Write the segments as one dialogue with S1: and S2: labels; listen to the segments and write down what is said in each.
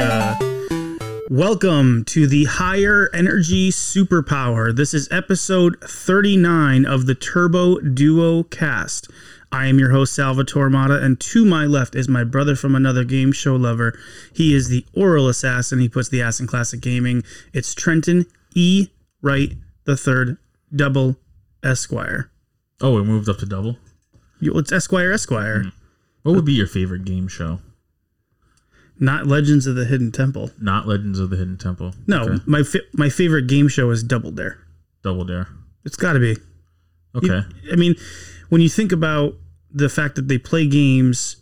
S1: uh, Welcome to the Higher Energy Superpower. This is episode 39 of the Turbo Duo cast. I am your host, Salvatore Mata, and to my left is my brother from another game show lover. He is the oral assassin. He puts the ass in classic gaming. It's Trenton E. Wright the third, double Esquire.
S2: Oh, it moved up to double.
S1: You- It's Esquire Esquire,
S2: What would be your favorite game show?
S1: not Legends of the Hidden Temple.
S2: Not Legends of the Hidden Temple.
S1: No,
S2: Okay.
S1: my fa- my favorite game show is Double Dare.
S2: Double Dare.
S1: It's got to be. You-
S2: Okay.
S1: I mean, when you think about the fact that they play games,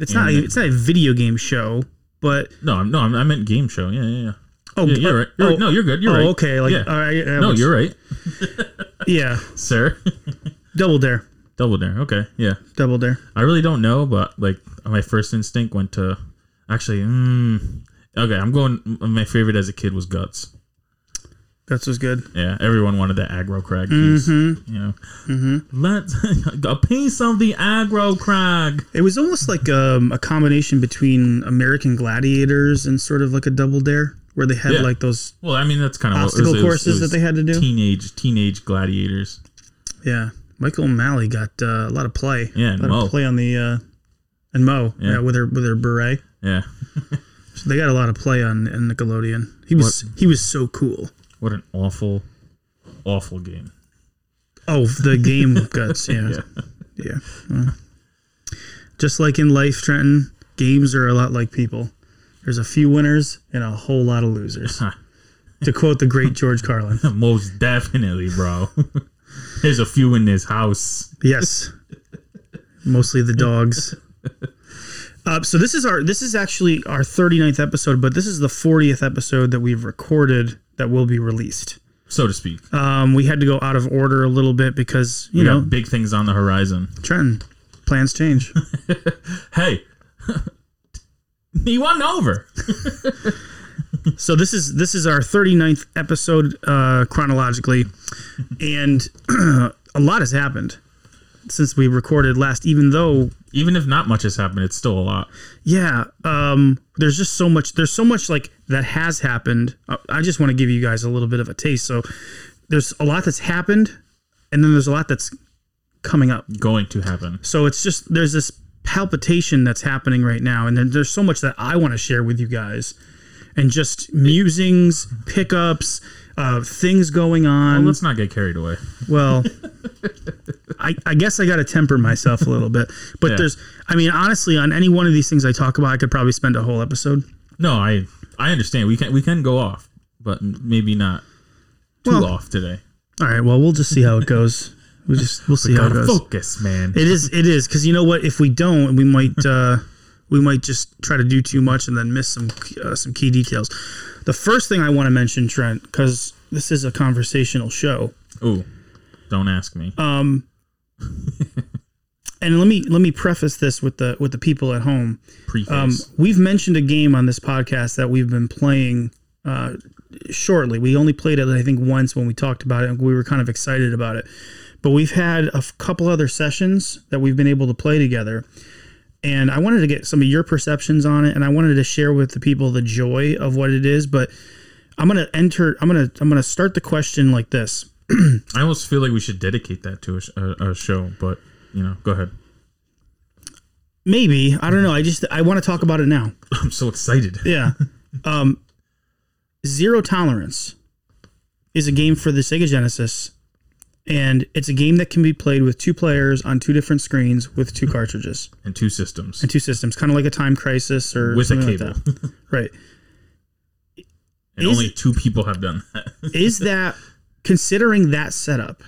S1: it's not
S2: Yeah.
S1: a, it's not a video game show, but
S2: No, I'm, no, I'm, I meant game show. Yeah, yeah, yeah.
S1: oh,
S2: Yeah, you're right. You're
S1: oh,
S2: right. No, you're good. You're
S1: oh,
S2: right.
S1: okay. Like,
S2: yeah.
S1: all right, I
S2: no,
S1: was-
S2: you're right,
S1: yeah,
S2: sir.
S1: Double Dare,
S2: Double Dare. Okay, yeah.
S1: Double Dare.
S2: I really don't know, but like my first instinct went to actually. Mm, okay, I'm going. My favorite as a kid was Guts.
S1: That's was good.
S2: Yeah, everyone wanted that aggro crag piece.
S1: Mm-hmm.
S2: You know, let's a piece of the aggro crag.
S1: It was almost like um, a combination between American Gladiators and sort of like a Double Dare, where they had
S2: Yeah.
S1: like those
S2: Well, I mean that's kind of
S1: obstacle courses that they had to do.
S2: Teenage teenage gladiators.
S1: Yeah, Michael O'Malley got uh, a lot of play.
S2: Yeah, and
S1: a lot
S2: Mo.
S1: of play on the uh, and Mo. Yeah.
S2: Yeah.
S1: with her with her beret.
S2: Yeah,
S1: So they got a lot of play on in Nickelodeon. He was he was so cool.
S2: what an awful, awful game.
S1: Oh, the game guts. Yeah, yeah. Well, Just like in life, Trenton, games are a lot like people. There's a few winners and a whole lot of losers.
S2: Huh.
S1: to quote the great George Carlin.
S2: Most definitely, bro. There's a few in this house.
S1: Yes. Mostly the dogs. Uh, so this is our this is actually our 39th episode, but this is the 40th episode that we've recorded that will be released.
S2: So to speak,
S1: Um, we had to go out of order a little bit because you
S2: we
S1: know
S2: got big things on the horizon.
S1: Trenton plans change.
S2: Hey, he won over.
S1: so this is this is our 39th episode uh, chronologically, and a lot has happened since we recorded last. Even though
S2: Even if not much has happened, it's still a lot.
S1: Yeah, um, there's just so much. There's so much like that has happened. I, I just want to give you guys a little bit of a taste. So there's a lot that's happened, and then there's a lot that's coming up.
S2: Going to happen.
S1: So it's just there's this palpitation that's happening right now, and then there's so much that I want to share with you guys, and just musings, pickups, uh, things going on.
S2: Well, let's not get carried away.
S1: Well, I, I guess I got to temper myself a little bit. But
S2: Yeah.
S1: there's, I mean, honestly, on any one of these things I talk about, I could probably spend a whole episode.
S2: No, I I understand. We can we can go off, but maybe not too
S1: Well,
S2: off today.
S1: All right. Well, we'll just see how it goes. We'll just we'll see how it
S2: Gotta
S1: goes.
S2: focus, man.
S1: It is it is because you know what? If we don't, we might uh, we might just try to do too much and then miss some uh, some key details. The first thing I want to mention, Trent, because this is a conversational show.
S2: Ooh, don't ask me.
S1: Um, and let me let me preface this with the with the people at home.
S2: Preface.
S1: Um, we've mentioned a game on this podcast that we've been playing uh, shortly. We only played it, I think, once when we talked about it, and we were kind of excited about it. But we've had a f- couple other sessions that we've been able to play together. And I wanted to get some of your perceptions on it, and I wanted to share with the people the joy of what it is. But I'm gonna enter. I'm gonna. I'm gonna start the question like this.
S2: I almost feel like we should dedicate that to a, sh- a, a show, but you know, go ahead.
S1: Maybe I don't know. I just I want to talk about it now.
S2: I'm so excited.
S1: Yeah. Um, Zero Tolerance is a game for the Sega Genesis, and it's a game that can be played with two players on two different screens with two cartridges
S2: And two systems
S1: and two systems, kind of like a Time Crisis or
S2: with a
S1: something like
S2: cable,
S1: that. Right? Is
S2: and only
S1: it-
S2: two people have done that.
S1: Is that considering that setup?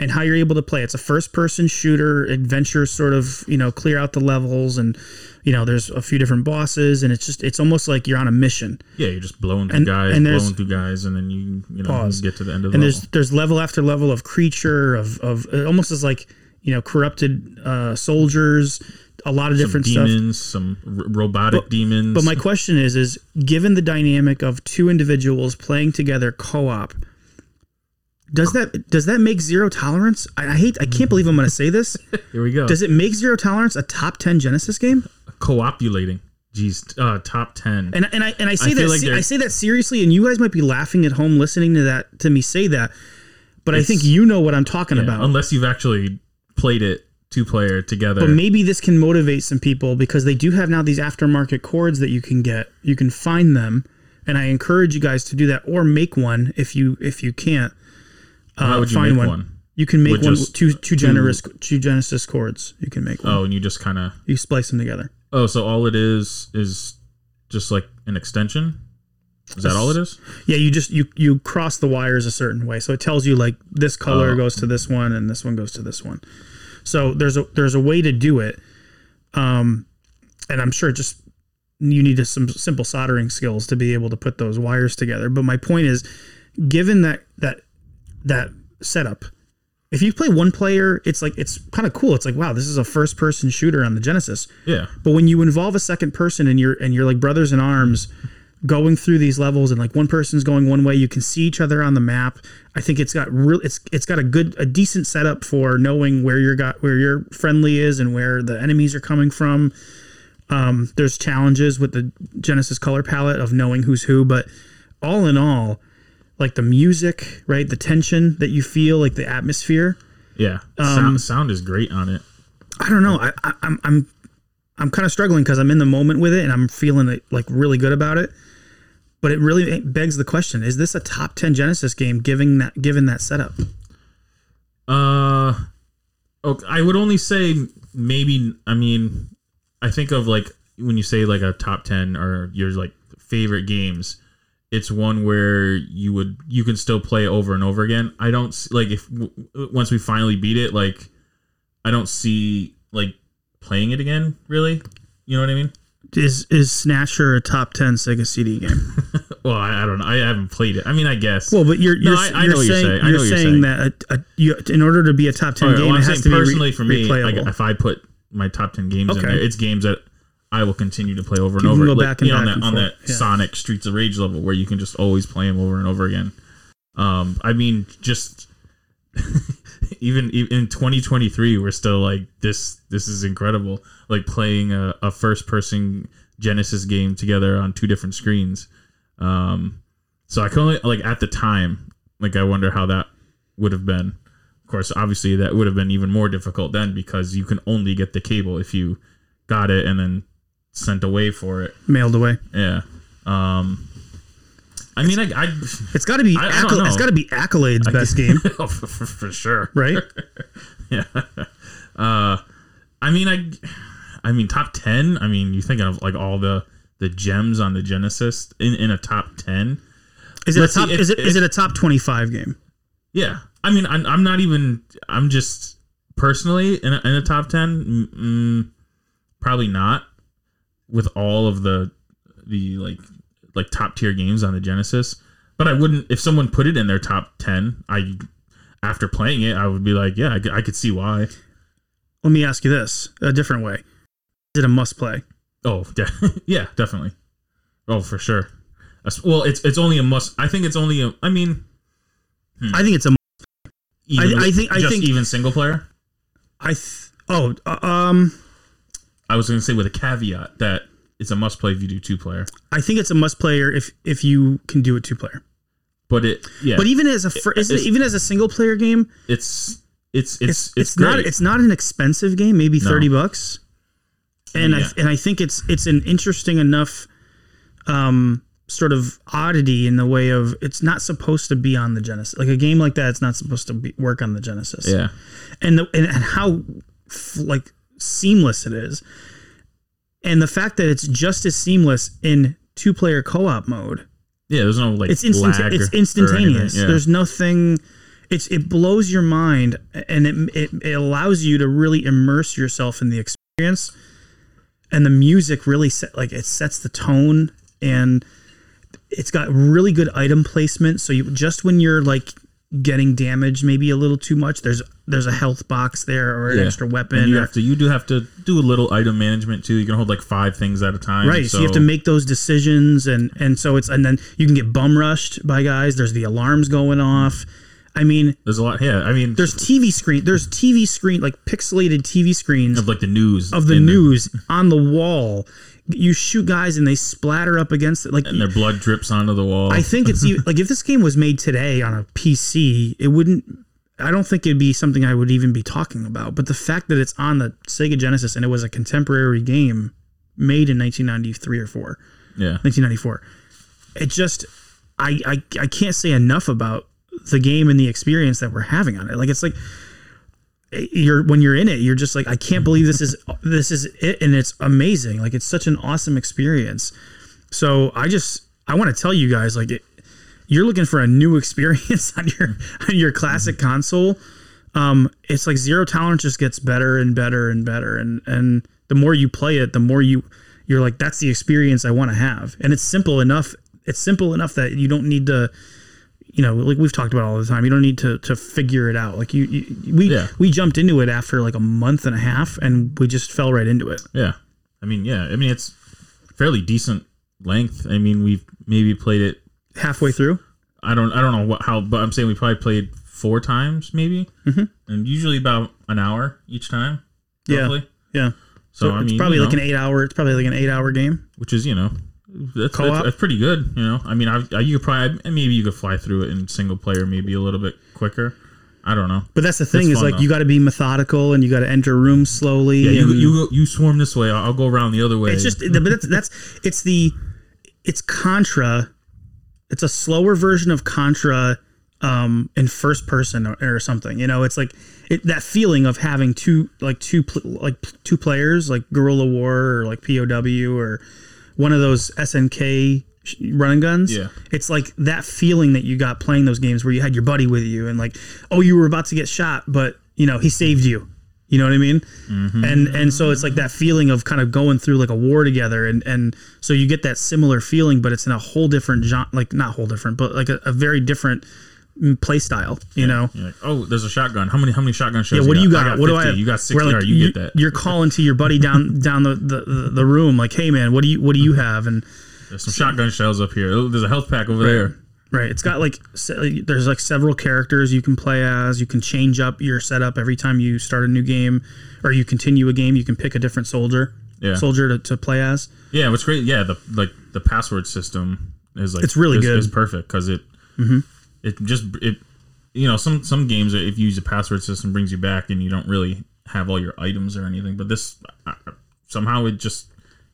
S1: And how you're able to play. It's a first person shooter adventure sort of, you know, clear out the levels and you know, there's a few different bosses and it's just it's almost like you're on a mission.
S2: yeah, you're just blowing through
S1: And-
S2: guys,
S1: and there's-
S2: blowing through guys, and then you you know
S1: Pause.
S2: get to the end of the
S1: and
S2: level.
S1: there's there's level after level of creature of of it almost as like you know corrupted uh, soldiers, a lot of different stuff.
S2: demons, some r- robotic demons.
S1: But my question is is given the dynamic of two individuals playing together co-op, does that does that make zero tolerance? I, I hate I
S2: Mm-hmm.
S1: can't believe I'm going to say this.
S2: here we go.
S1: Does it make zero tolerance a top ten Genesis game?
S2: Coopulating geez, t- uh, top ten.
S1: And and I and I say
S2: feel
S1: that
S2: like
S1: se-
S2: they're-
S1: I say that seriously, and you guys might be laughing at home listening to that to me say that, but I think
S2: It's-
S1: you know what I'm talking about.
S2: Unless you've actually played it two player together.
S1: but maybe this can motivate some people because they do have now these aftermarket chords that you can get. You can find them, and I encourage you guys to do that or make one if you if you can't. Uh,
S2: How would you
S1: find
S2: make
S1: one?
S2: one?
S1: You can make
S2: With
S1: one
S2: just
S1: two two generous two Genesis chords. You can make one.
S2: oh, and you just kind of
S1: You splice them together.
S2: oh, so all it is is just like an extension. Is that all it is?
S1: Yeah, you just you you cross the wires a certain way, so it tells you like this color
S2: Oh.
S1: goes to this one and this one goes to this one. So there's a there's a way to do it, um, and I'm sure just you need just some simple soldering skills to be able to put those wires together. But my point is, given that that that setup, if you play one player, it's like it's kind of cool. It's like wow, this is a first person shooter on the Genesis.
S2: Yeah.
S1: But when you involve a second person and you're and you're like brothers in arms going through these levels and like one person's going one way, you can see each other on the map. I think it's got real it's it's got a good a decent setup for knowing where your got where your friendly is and where the enemies are coming from. Um, there's challenges with the Genesis color palette of knowing who's who, but all in all, like the music, right? The tension that you feel, like the atmosphere.
S2: Yeah. sound, sound is great on it.
S1: I don't know. I, I, I'm I'm I'm kind of struggling because I'm in the moment with it and I'm feeling like- like really good about it. But it really begs the question: Is this a top ten Genesis game? Giving that given that setup,
S2: Uh, okay, I would only say maybe. I mean, I think of like when you say like a top ten or your like favorite games. It's one where you would you can still play over and over again. I don't s- like if w- w- once we finally beat it, like I don't see like playing it again. Really, you know what I mean?
S1: is is Snatcher a top ten Sega CD game?
S2: Well, I, I don't know. I haven't played it. I mean, I guess.
S1: Well, but you're
S2: No,
S1: you're,
S2: I- I
S1: you're
S2: know what you're
S1: saying
S2: saying. I
S1: you're,
S2: know what you're
S1: saying,
S2: saying.
S1: that a, a, you, in order to be a top ten
S2: All right,
S1: game,
S2: well, I'm
S1: it has
S2: saying
S1: to be re-
S2: personally for me, like,
S1: replayable.
S2: if I put my top ten games
S1: Okay.
S2: in there, it's games that I will continue to play over and
S1: You can
S2: over.
S1: go
S2: like,
S1: back and
S2: you know, on
S1: back and
S2: that, on that
S1: forth, yeah.
S2: Sonic Streets of Rage level where you can just always play them over and over again. Um, I mean, just even e- in 2023, we're still like this. This is incredible. Like playing a, a first person Genesis game together on two different screens. Um, so I can only like at the time, like I wonder how that would have been. Of course, obviously that would have been even more difficult then because you can only get the cable if you got it and then sent away for it.
S1: mailed away,
S2: Yeah. Um, I mean, I, I
S1: it's got to be
S2: I- I don't
S1: accol- it's
S2: know.
S1: got to be accolades best game,
S2: oh, for, for, for sure.
S1: right?
S2: Yeah. Uh, I mean, I, I mean, top ten. I mean, you're thinking of like all the the gems on the Genesis in in a top ten.
S1: Is it a
S2: Let's see,
S1: top?
S2: if-
S1: is it is
S2: if-
S1: it a top twenty five game?
S2: Yeah. I mean, I'm, I'm not even. I'm just personally in a, in a top ten. Mm, probably not with all of the the like like top tier games on the Genesis. But I wouldn't if someone put it in their top ten. I after playing it, I would be like, yeah, I, could- I could see why.
S1: Let me ask you this a different way: Is it a must play?
S2: Oh, yeah, yeah, definitely. Oh, for sure. That's- Well, it's it's only a must. I think it's only a. I mean,
S1: I think it's a
S2: even,
S1: I- I think- I
S2: just
S1: think-
S2: even single player.
S1: I th- oh uh, um
S2: I was going to say with a caveat that it's a must play if you do two player.
S1: I think it's a must player if if you can do a two player.
S2: But it, yeah,
S1: But e-, even as a fir-
S2: It-
S1: isn't it
S2: it's-
S1: even as a single player game,
S2: it's it's
S1: it's
S2: it's
S1: it's, not it's not an expensive game, maybe
S2: No.
S1: thirty bucks. And
S2: Yeah.
S1: I, and I think it's it's an interesting enough um sort of oddity in the way of it's not supposed to be on the Genesis. Like a game like that, it's not supposed to be, work on the Genesis.
S2: yeah.
S1: and the and, and how f- like seamless it is and the fact that it's just as seamless in two player co-op mode
S2: Yeah, there's no like
S1: it's instant
S2: lag
S1: it's
S2: or- or
S1: instantaneous
S2: anything, yeah.
S1: there's nothing it's it blows your mind and it, it it allows you to really immerse yourself in the experience and the music really set like it sets the tone and it's got really good item placement so you just when you're like getting damaged maybe a little too much there's there's a health box there or an
S2: Yeah.
S1: extra
S2: And
S1: weapon
S2: you
S1: or-
S2: have to you do have to do a little item management too. You can hold like five things at a time.
S1: right so, you have to make those decisions and and so it's and then you can get bum rushed by guys there's the alarms going off I mean,
S2: There's a lot. Yeah, I mean,
S1: there's TV screen, there's TV screen like pixelated TV screens
S2: of like the news
S1: of the
S2: and
S1: news on the wall. You shoot guys and they splatter up against it. Like
S2: and their blood drips onto the wall.
S1: I think it's even, like if this game was made today on a PC, it wouldn't. I don't think it'd be something I would even be talking about. But the fact that it's on the Sega Genesis and it was a contemporary game made in 1993 or four,
S2: yeah,
S1: 1994, it just I I, I can't say enough about the game and the experience that we're having on it. Like it's like you're when you're in it, you're just like I can't believe this is this is it, and it's amazing. Like it's such an awesome experience. So I just I want to tell you guys like it, you're looking for a new experience on your on your classic
S2: Mm-hmm.
S1: console. Um, it's like zero tolerance just gets better and better and better, and and the more you play it, the more you you're like that's the experience I want to have, and it's simple enough. It's simple enough that you don't need to you know, like we've talked about all the time, you don't need to to figure it out. Like you, you we
S2: Yeah.
S1: we jumped into it after like a month and a half, and we just fell right into it.
S2: yeah. I mean, yeah. I mean, it's fairly decent length. I mean, we've maybe played it.
S1: Halfway through,
S2: I don't. I don't know what how, but I'm saying we probably played four times, maybe, and usually about an hour each time.
S1: Mm-hmm. Yeah.
S2: Roughly.
S1: yeah.
S2: So,
S1: So,
S2: I
S1: it's
S2: mean,
S1: probably
S2: you
S1: like
S2: know.
S1: an eight hour. It's probably like an eight hour game.
S2: which is you know that's,
S1: Co-op?
S2: that's, that's pretty good you know i mean I, I you could probably and maybe you could fly through it in single player maybe a little bit quicker i don't know
S1: But that's the thing is
S2: fun,
S1: like
S2: though.
S1: you got to be methodical and you got to enter rooms slowly.
S2: yeah you,
S1: and-
S2: you go- you swarm this way i'll I'll go around the other way
S1: It's just, but that's, that's it's the it's Contra. It's a slower version of Contra um, in first person or, or something. You know, it's like it, that feeling of having two like two pl- like p- two players like Guerrilla War or like POW or one of those SNK sh- run and guns.
S2: Yeah.
S1: It's like that feeling that you got playing those games where you had your buddy with you and like, oh, you were about to get shot, but you know, he saved you. You know what I mean?
S2: Mm-hmm.
S1: And and so it's like that feeling of kind of going through like a war together and and so you get that similar feeling, but it's in a whole different genre like not whole different, but like a, a very different mm, play style, you know?
S2: You're like, oh there's a shotgun how many how many shotgun shots
S1: Yeah, what do you got?
S2: I
S1: what do I?
S2: 50.
S1: Have?
S2: you got
S1: Where,
S2: 60
S1: like,
S2: All right, you, get that
S1: You're calling to your buddy down down the, the, the, the room, like, hey man, what do you what do you
S2: Mm-hmm.
S1: have? And
S2: there's some shotgun shells up here oh, there's a health pack over there
S1: Right. It's got like se- there's like several characters you can play as. You can change up your setup every time you start a new game or you continue a game. You can pick a different soldier,
S2: Yeah.
S1: soldier to, to play as.
S2: yeah what's great yeah the like the password system is like
S1: It's really
S2: is,
S1: good. Mm-hmm.
S2: is perfect because it it just it you know some some games if you use a password system brings you back and you don't really have all your items or anything but this uh, somehow it just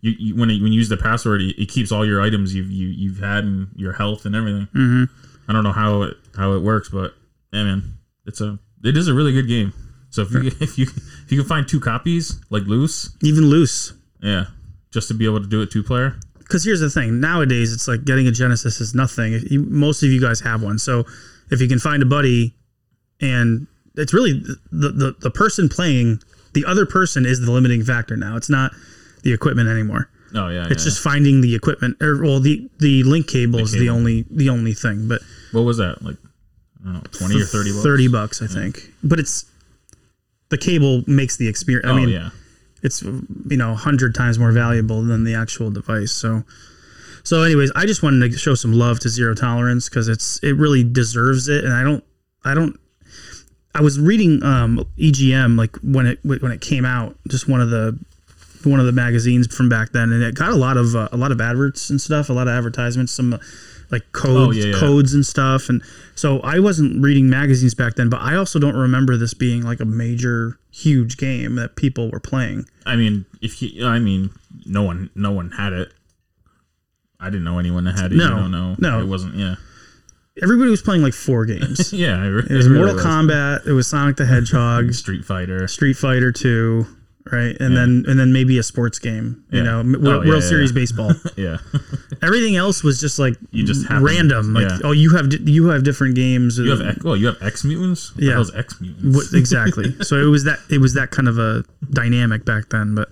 S2: you, you when, it, when you use the password it, it keeps all your items you've you, you've had and your health and everything mm-hmm. i don't know how it how it works but yeah man it's a it is a really good game so if you if you if you can find two copies like loose
S1: Even loose.
S2: yeah just to be able to do it two player
S1: Because here's the thing nowadays, it's like getting a Genesis is nothing. If You, most of you guys have one. So if you can find a buddy and it's really the, the, the person playing, the other person is the limiting factor now. It's not the equipment anymore.
S2: oh yeah
S1: It's just finding the equipment, or well, the the link cable is the
S2: cable.
S1: only the only thing. But
S2: what was that like I don't know, 20 or 30 bucks?
S1: thirty bucks, I think. But it's the cable makes the experience.
S2: oh
S1: I mean,
S2: yeah
S1: it's you know hundred times more valuable than the actual device. So, so anyways, I just wanted to show some love to Zero Tolerance because it's it really deserves it, and I don't I don't. I was reading um, EGM like when it when it came out, just one of the one of the magazines from back then, and it got a lot of uh, a lot of adverts and stuff, a lot of advertisements, some uh, like codes
S2: Oh, yeah, yeah.
S1: codes and stuff, and so I wasn't reading magazines back then, but I also don't remember this being like a major huge game that people were playing.
S2: I mean, if you, I mean, no one, no one had it. I didn't know anyone that had it.
S1: No,
S2: you don't know.
S1: no.
S2: it wasn't. Yeah,
S1: Everybody was playing like four games. it
S2: yeah. It, re-
S1: was
S2: it really
S1: Mortal Kombat. It was Sonic the Hedgehog,
S2: Street Fighter.
S1: Street Fighter Two, right, and then and then maybe a sports game. You
S2: Yeah.
S1: know, M-
S2: Oh,
S1: World,
S2: yeah,
S1: World
S2: yeah,
S1: Series
S2: yeah.
S1: baseball.
S2: Yeah,
S1: Everything else was just like
S2: You just happen-
S1: random. Like
S2: yeah.
S1: oh, you have di- you have different games.
S2: you have X, well, you have X mutants.
S1: Yeah.
S2: those X mutants.
S1: What- exactly. so it was that it was that kind of a dynamic back then. But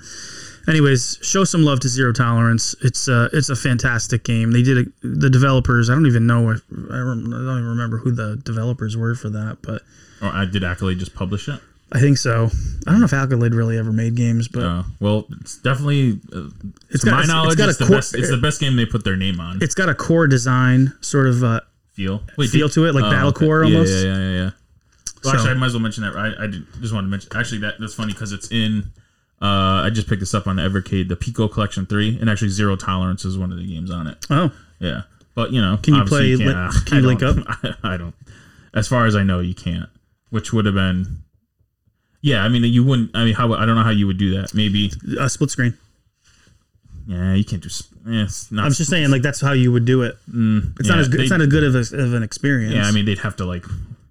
S1: anyways, show some love to Zero Tolerance. It's a it's a fantastic game. They did a, the developers. I don't even know. If, I, rem- I don't even remember who the developers were for that. But
S2: Or I did Accolade just publish it?
S1: I think so. I don't know if Alkalid really ever made games, but
S2: Uh, well, it's definitely.
S1: got-
S2: Uh, to my
S1: it's- it's
S2: knowledge,
S1: got
S2: it's,
S1: a
S2: the
S1: cor-
S2: best. It's the best game they put their name on.
S1: it's got a core design sort of uh,
S2: feel. Oh,
S1: feel to it, like Battlecore
S2: yeah,
S1: almost?
S2: Yeah, yeah, yeah. yeah.
S1: So-
S2: Well, actually, I might as well mention that. I, I did- just wanted to mention. Actually, that that's funny because it's in. Uh, I just picked this up on Evercade, the Pico Collection Three, and actually Zero Tolerance is one of the games on it.
S1: Oh,
S2: Yeah, but you know,
S1: Can you
S2: obviously
S1: play
S2: can't-
S1: link-
S2: uh,
S1: can you
S2: I
S1: link
S2: don't- I don't. As far as I know, you can't. Which would have been. Yeah, I mean, you wouldn't. I mean, how? I don't know how you would do that. Maybe.
S1: a split screen.
S2: Yeah, you can't do. sp- Yeah, it's not.
S1: I was just saying, like that's how you would do it. it's not
S2: Mm, yeah,
S1: as good.
S2: they-
S1: it's not as good of, a, of an experience.
S2: Yeah, I mean they'd have to like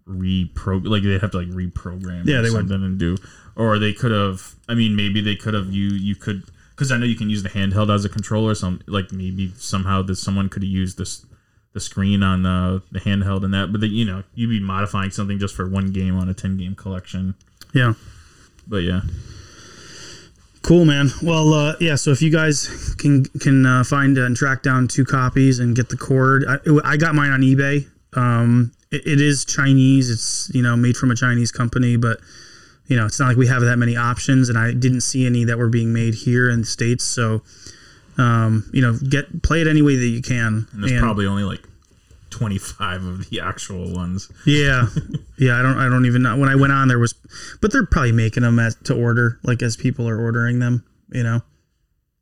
S2: reprogram, like they'd have to like reprogram.
S1: Yeah,
S2: or
S1: they would.
S2: something and do, or they could have. I mean, maybe they could have. You you could because I know you can use the handheld as a controller. Some like maybe somehow that someone could have used this the screen on the, the handheld and that, but they, you know you'd be modifying something just for one game on a ten game collection.
S1: yeah.
S2: But yeah,
S1: Cool, man. Well, uh, yeah. So if you guys can can uh, find and track down two copies and get the cord, I, I got mine on eBay. Um, it, it is Chinese. It's you know made from a Chinese company, but you know it's not like we have that many options, and I didn't see any that were being made here in the states. So um, you know, get play it any way that you can.
S2: and there's probably only like twenty five of the actual ones.
S1: Yeah, yeah. I don't. I don't even know. When I went on, there was, but they're probably making them as, to order, like as people are ordering them. You know,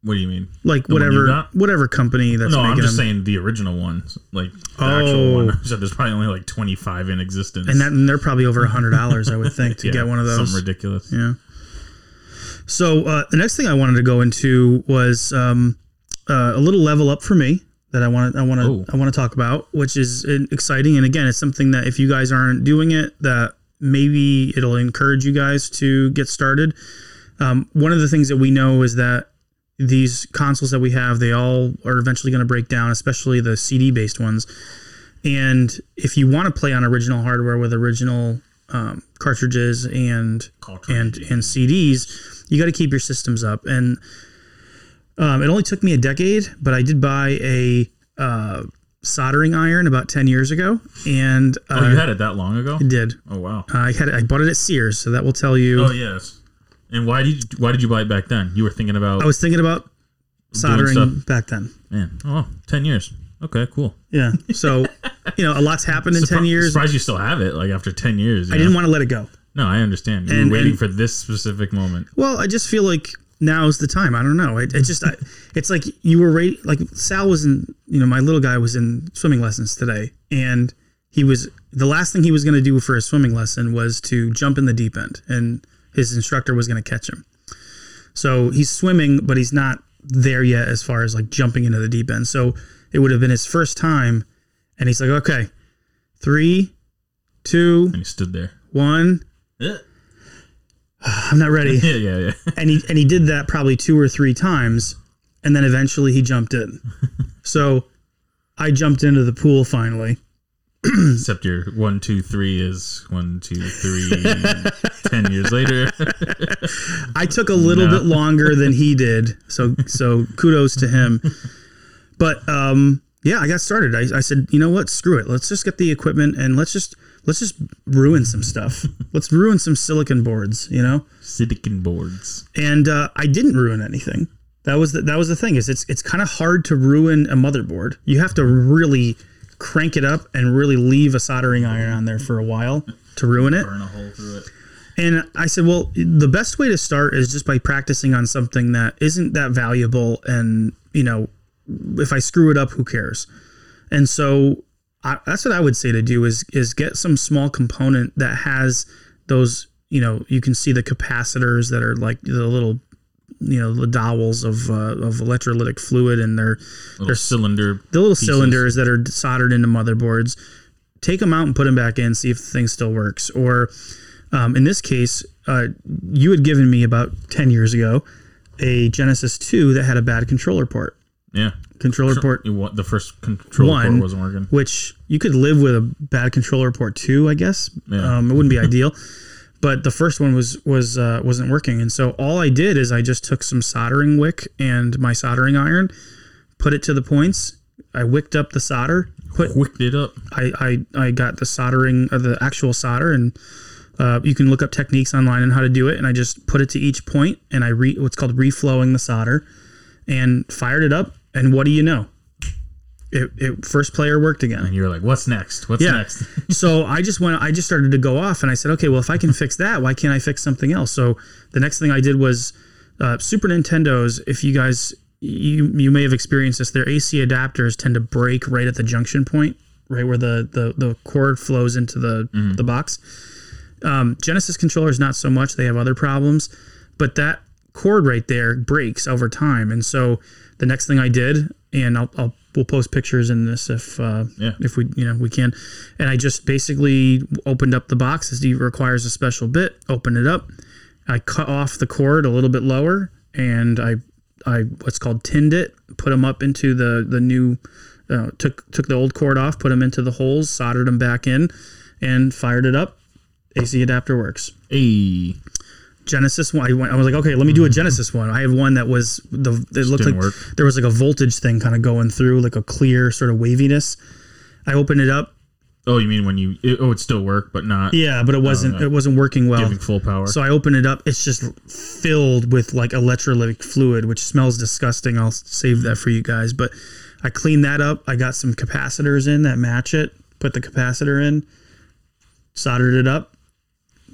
S2: What do you mean?
S1: like
S2: one you
S1: whatever
S2: got?
S1: whatever company that's
S2: No,
S1: making
S2: I'm just
S1: them.
S2: saying the original ones, like the
S1: Oh.
S2: actual one. So there's probably only like 25 in existence.
S1: and that and they're probably over a hundred dollars, I would think, to
S2: Yeah,
S1: get one of those.
S2: Something ridiculous.
S1: Yeah. So uh, the next thing I wanted to go into was um, uh, a little level up for me that I want I want to
S2: Oh.
S1: I want to talk about, which is uh, exciting. And again, it's something that if you guys aren't doing it, that maybe it'll encourage you guys to get started. Um, one of the things that we know is that these consoles that we have, they all are eventually going to break down, especially the CD based ones. And if you want to play on original hardware with original um, cartridges and and and CDs, you got to keep your systems up. And um, it only took me a decade, but I did buy a uh, soldering iron about ten years ago, and uh,
S2: oh, you had it that long ago?
S1: I did. Uh,
S2: Oh wow.
S1: I had it, I bought it at Sears, so that will tell you.
S2: Oh yes. And why did you, why did you buy it back then? You were thinking about
S1: I was thinking about soldering
S2: stuff.
S1: back then.
S2: man. Oh, 10 years. Okay, cool.
S1: Yeah. So, you know, a lot's happened in ten
S2: Surpri-
S1: years.
S2: Surprised you still have it. Like after 10 years.
S1: I didn't want to let it go.
S2: no, I understand. You
S1: And-
S2: were waiting
S1: and-
S2: for this specific moment.
S1: Well, I just feel like now's the time. I don't know. It, it just, I, it's like you were right. Like Sal was in, you know, my little guy was in swimming lessons today, and he was the last thing he was going to do for his swimming lesson was to jump in the deep end, and his instructor was going to catch him. So he's swimming, but he's not there yet as far as like jumping into the deep end. So it would have been his first time, and he's like, okay, three, two,
S2: And you stood there.
S1: one.
S2: Yeah,
S1: I'm not ready
S2: yeah, yeah.
S1: and he and he did that probably two or three times, and then eventually he jumped in. so I jumped into the pool finally.
S2: Except your one, two, three is one, two, three. Ten years later.
S1: I took a little
S2: No.
S1: bit longer than he did, so so kudos to him. But um, yeah, I got started. I, I said, you know what? Screw it. Let's just get the equipment and let's just let's just ruin some stuff. let's ruin some silicon boards. You know.
S2: Silicon boards.
S1: and uh, I didn't ruin anything. That was the, that was the thing is it's it's kind of hard to ruin a motherboard. You have to really crank it up and really leave a soldering iron on there for a while to ruin it.
S2: Burn a hole through it.
S1: And I said, well, the best way to start is just by practicing on something that isn't that valuable, and you know, if I screw it up, who cares? And so I, that's what I would say to do is is get some small component that has those. You know, you can see the capacitors that are like the little, you know, the dowels of uh, of electrolytic fluid, and they're
S2: Little cylinder.
S1: the little cylinders that are soldered into motherboards. Take them out and put them back in. See if the thing still works. Or um, in this case, uh, you had given me about ten years ago a Genesis two that had a bad controller port.
S2: Yeah.
S1: Controller port
S2: You want- The first control
S1: One.
S2: port wasn't working.
S1: which you could live with a bad controller port too, I guess.
S2: Yeah.
S1: Um, it wouldn't be ideal, but the first one was was uh, wasn't working, and so all I did is I just took some soldering wick and my soldering iron, put it to the points. I wicked up the solder, put
S2: Wicked it up.
S1: I, I, I got the soldering of the actual solder and uh, you can look up techniques online on how to do it and i just put it to each point and i re what's called reflowing the solder and fired it up and what do you know it, it first player worked again.
S2: and you're like, what's next? What's
S1: Yeah.
S2: next?
S1: so I just went. I just started to go off, and I said, okay, well, if I can fix that, why can't I fix something else? So the next thing I did was uh, Super Nintendo's. If you guys, you you may have experienced this. Their AC adapters tend to break right at the junction point, right where the the, the cord flows into the the box. Um, Genesis controllers not so much. They have other problems, but that cord right there breaks over time, and so the next thing I did, and I'll, I'll we'll post pictures in this if uh,
S2: Yeah.
S1: if we you know we can, and I just basically opened up the box. It requires a special bit. Open it up. I cut off the cord a little bit lower, and I I what's called tinned it. Put them up into the the new. Uh, took took the old cord off, put them into the holes, soldered them back in, and fired it up. AC adapter works.
S2: Hey,
S1: Genesis one. I, went, I was like, okay, let me do a Genesis one. I have one that was the it looked
S2: Mm-hmm. didn't
S1: like
S2: work.
S1: there was like a voltage thing kind of going through, like a clear sort of waviness. I opened it up,
S2: oh, you mean when you? It, oh, it still worked, but not
S1: yeah, but it wasn't it wasn't working well.
S2: giving full power.
S1: So I open it up. It's just filled with like electrolytic fluid, which smells disgusting. I'll save that for you guys. But I cleaned that up. I got some capacitors in that match it. Put the capacitor in, soldered it up.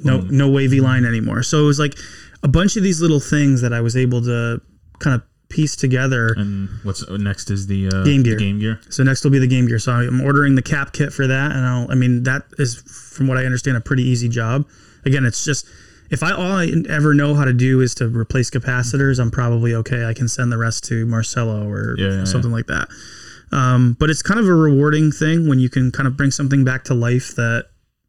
S1: No,
S2: Hmm.
S1: no wavy line anymore. So it was like a bunch of these little things that I was able to kind of piece together.
S2: and what's next is the uh,
S1: Game
S2: the
S1: Gear.
S2: Game Gear.
S1: So next will be the Game Gear. So I'm ordering the cap kit for that, and I'll. I mean, that is, from what I understand, a pretty easy job. Again, it's just if I all I ever know how to do is to replace capacitors, I'm probably okay. I can send the rest to Marcelo or
S2: Yeah, yeah,
S1: something like that. Um, but it's kind of a rewarding thing when you can kind of bring something back to life that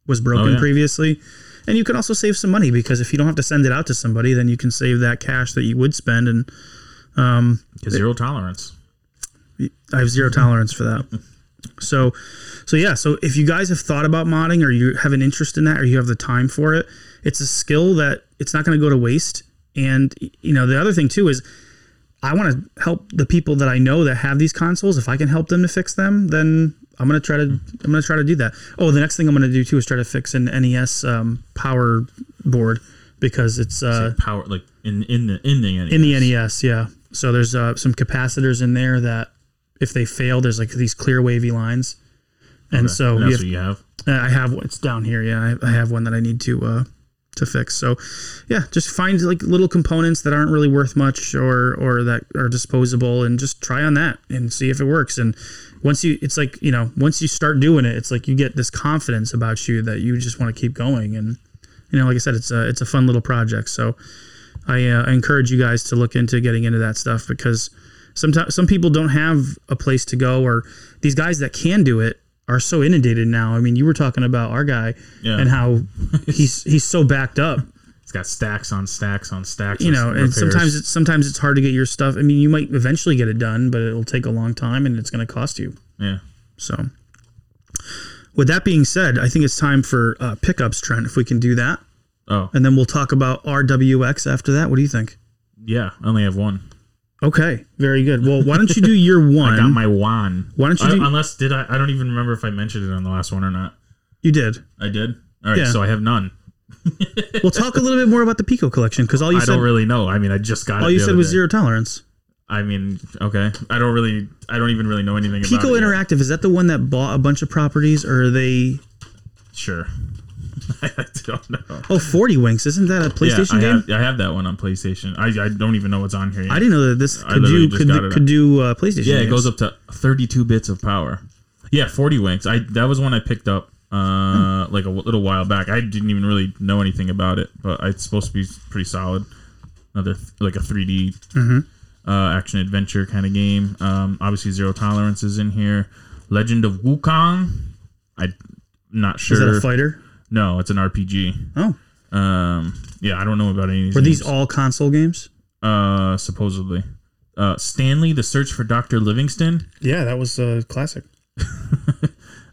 S1: was broken
S2: Oh, yeah.
S1: previously. And you can also save some money because if you don't have to send it out to somebody, then you can save that cash that you would spend. And
S2: Zero tolerance.
S1: I have zero tolerance for that. So, so yeah. So if you guys have thought about modding, or you have an interest in that, or you have the time for it, it's a skill that it's not going to go to waste. And y- you know, the other thing too is, I want to help the people that I know that have these consoles. If I can help them to fix them, then I'm gonna try to I'm gonna try to do that. Oh, the next thing I'm gonna do too is try to fix an NES um, power board because it's uh,
S2: power like in in the in the NES.
S1: in the NES, yeah. So there's uh, some capacitors in there that, if they fail, there's like these clear wavy lines, and so you
S2: that's
S1: have,
S2: what you have.
S1: uh, I have one- it's down here. Yeah, I, I have one that I need to uh, to fix. So yeah, just find like little components that aren't really worth much or or that are disposable, and just try on that and see if it works. And once you, it's like you know, once you start doing it, it's like you get this confidence about you that you just want to keep going. And you know, like I said, it's a it's a fun little project. So. I uh, encourage you guys to look into getting into that stuff because sometimes some people don't have a place to go, or these guys that can do it are so inundated now. I mean, you were talking about our guy
S2: Yeah.
S1: and how he's he's so backed up.
S2: It's got stacks on stacks on stacks.
S1: You
S2: of
S1: know, and
S2: repairs.
S1: sometimes it's sometimes it's hard to get your stuff. I mean, you might eventually get it done, but it'll take a long time and it's going to cost you.
S2: yeah.
S1: So, with that being said, I think it's time for uh, pickups, Trent. If we can do that,
S2: Oh
S1: and then we'll talk about RWX after that. What do you think?
S2: yeah, I only have one.
S1: Okay, very good. Well, why don't you do your one?
S2: Got my one.
S1: Why don't you
S2: I,
S1: do-
S2: unless did I? I don't even remember if I mentioned it on the last one or not.
S1: You did.
S2: I did. All right,
S1: Yeah.
S2: so I have none.
S1: Well, talk a little bit more about the Pico collection because all you
S2: I
S1: said,
S2: don't really know. I mean, I just got.
S1: all
S2: it
S1: you
S2: the
S1: said
S2: other
S1: was
S2: day.
S1: zero tolerance.
S2: I mean, okay. I don't really. I don't even really know anything
S1: Pico
S2: about it. yet.
S1: Interactive is that the one that bought a bunch of properties, or are they?
S2: Sure. I don't know.
S1: Oh, 40 Winks, isn't that a
S2: Yeah,
S1: PlayStation
S2: I
S1: game?
S2: have, I have that one on PlayStation. I, I don't even know what's on here. Yet.
S1: I didn't know that this could
S2: literally
S1: do
S2: just
S1: could,
S2: got it
S1: could do uh, PlayStation.
S2: Yeah, it
S1: games.
S2: goes up to 32 bits of power. Yeah, 40 winks. I that was one I picked up
S1: Hmm.
S2: uh like a w- little while back. I didn't even really know anything about it, but it's supposed to be pretty solid. Another th- like a 3D
S1: Mm-hmm.
S2: uh, action adventure kind of game. Um, obviously zero tolerance is in here. Legend of Wukong. I not
S1: Is that
S2: sure.
S1: a fighter?
S2: no, it's an RPG.
S1: Oh,
S2: Um, yeah, I don't know about any of these.
S1: were these
S2: names.
S1: all console games?
S2: uh supposedly? Uh, Stanley, the search for Doctor Livingston.
S1: Yeah, that was a classic.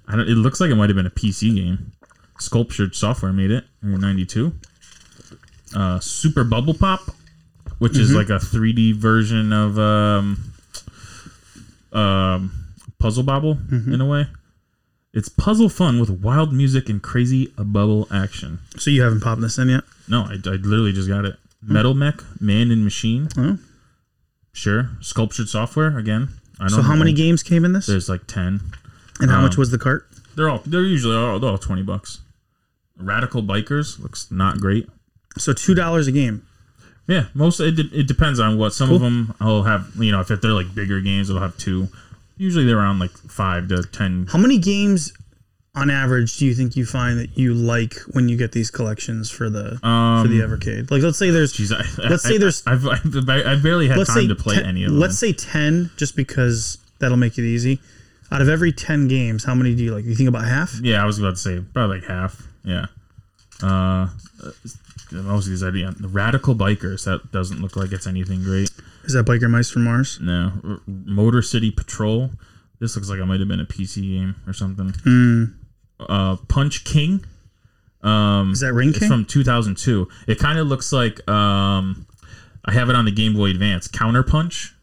S2: I don't. It looks like it might have been a PC game. Sculptured Software made it in '92. Uh, Super Bubble Pop, which
S1: Mm-hmm.
S2: is like a 3D version of um, um, Puzzle Bobble
S1: Mm-hmm.
S2: in a way. It's puzzle fun with wild music and crazy bubble action.
S1: So you haven't popped this in yet?
S2: No, I, I literally just got it.
S1: Hmm.
S2: Metal Mech, Man and Machine.
S1: Oh.
S2: Sure. Sculptured Software again. I don't
S1: So how
S2: know.
S1: many games came in this?
S2: There's like ten.
S1: and how much
S2: um,
S1: was the cart?
S2: They're all they're usually all, they're all twenty bucks. Radical bikers looks not great.
S1: So two dollars a game.
S2: Yeah, most it, de- it depends on what. Some of them will have you know if they're like bigger games, they'll have two. Usually they're around like five to ten.
S1: How many games on average do you think you find that you like when you get these collections for the
S2: Um,
S1: for the Evercade? Like let's say there's
S2: Jeez, I,
S1: Let's
S2: I-
S1: say there's-
S2: I, I've, I've, I barely had
S1: let's
S2: time
S1: say
S2: to play
S1: 10
S2: any of them.
S1: Let's say ten, just because that'll make it easy. Out of every ten games, how many do you like? You think about half?
S2: Yeah, I was about to say probably like half. Yeah. Uh, most of these ideas. The radical bikers. That doesn't look like it's anything great.
S1: Is that Biker Mice from Mars?
S2: No. R- Motor City Patrol. This looks like it might have been a PC game or something.
S1: Hmm.
S2: Uh, Punch King. Um,
S1: Is that Ring
S2: it's
S1: King?
S2: from 2002. It kind of looks like um, I have it on the Game Boy Advance. Counter Punch.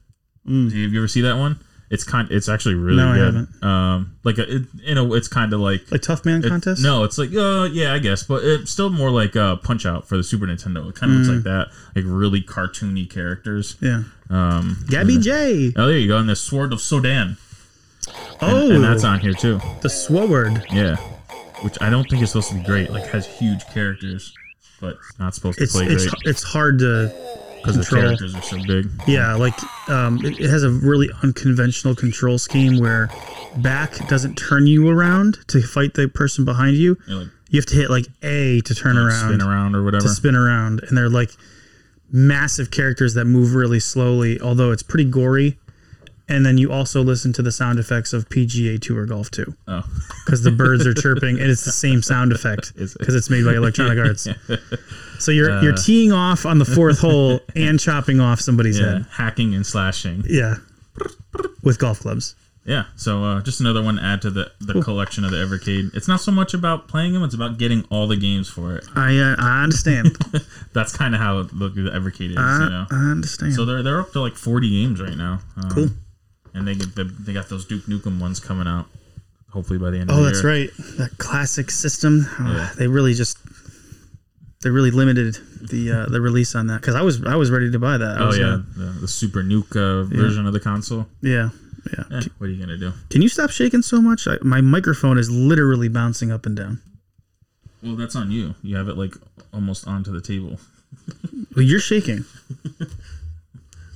S2: Do you, have you ever see that one? It's kind. It's actually really
S1: Hmm. No, I
S2: good. Um, like a, it, you know, it's kind of like
S1: like Tough Man
S2: it-
S1: contest?
S2: No, it's like uh, yeah, I guess, but it's still more like uh, Punch Out for the Super Nintendo. It kind of looks
S1: Hmm.
S2: like that, like really cartoony characters.
S1: Yeah.
S2: Um,
S1: Gabby J.
S2: oh, there you go, and the Sword of Sodan,
S1: Oh,
S2: and that's on here too.
S1: the sword.
S2: Yeah, which I don't think is supposed to be great. Like has huge characters, but not supposed to
S1: It's
S2: play
S1: it's
S2: great
S1: it's hard to
S2: because the
S1: control.
S2: characters are so big.
S1: yeah like um, it, it has a really unconventional control scheme where back doesn't turn you around to fight the person behind you.
S2: You know, like
S1: You have to hit like A to turn around,
S2: spin around or whatever.
S1: to spin around, and they're like massive characters that move really slowly. Although it's pretty gory. And then you also listen to the sound effects of PGA Tour Golf 2
S2: oh,
S1: because the birds are chirping and it's the same sound effect
S2: Is it? Uh.
S1: because it's made by Electronic Arts. So you're you're teeing off on the fourth hole and chopping off somebody's
S2: yeah,
S1: head.
S2: hacking and slashing.
S1: Yeah. With golf clubs.
S2: Yeah, so uh, just another one to add to the, the collection of the Evercade. It's not so much about playing them; it's about getting all the games for it.
S1: I uh, I understand.
S2: That's kind of how the, the Evercade is, you
S1: I,
S2: know.
S1: I understand.
S2: So they're they're up to like forty games right now. Um,
S1: uh, Cool.
S2: And they get the, they got those Duke Nukem ones coming out, hopefully by the end.
S1: oh,
S2: of the
S1: that's
S2: year.
S1: right. That classic system. uh,
S2: Yeah.
S1: They really just they really limited the uh, the release on that because I was I was ready to buy that. I
S2: Oh
S1: was,
S2: yeah,
S1: uh,
S2: the, the Super Nuke uh, version of the console.
S1: yeah. Yeah.
S2: Eh, what are you gonna do?
S1: Can you stop shaking so much? I, my microphone is literally bouncing up and down.
S2: Well, that's on you. You have it like almost onto the table.
S1: Well, you're shaking.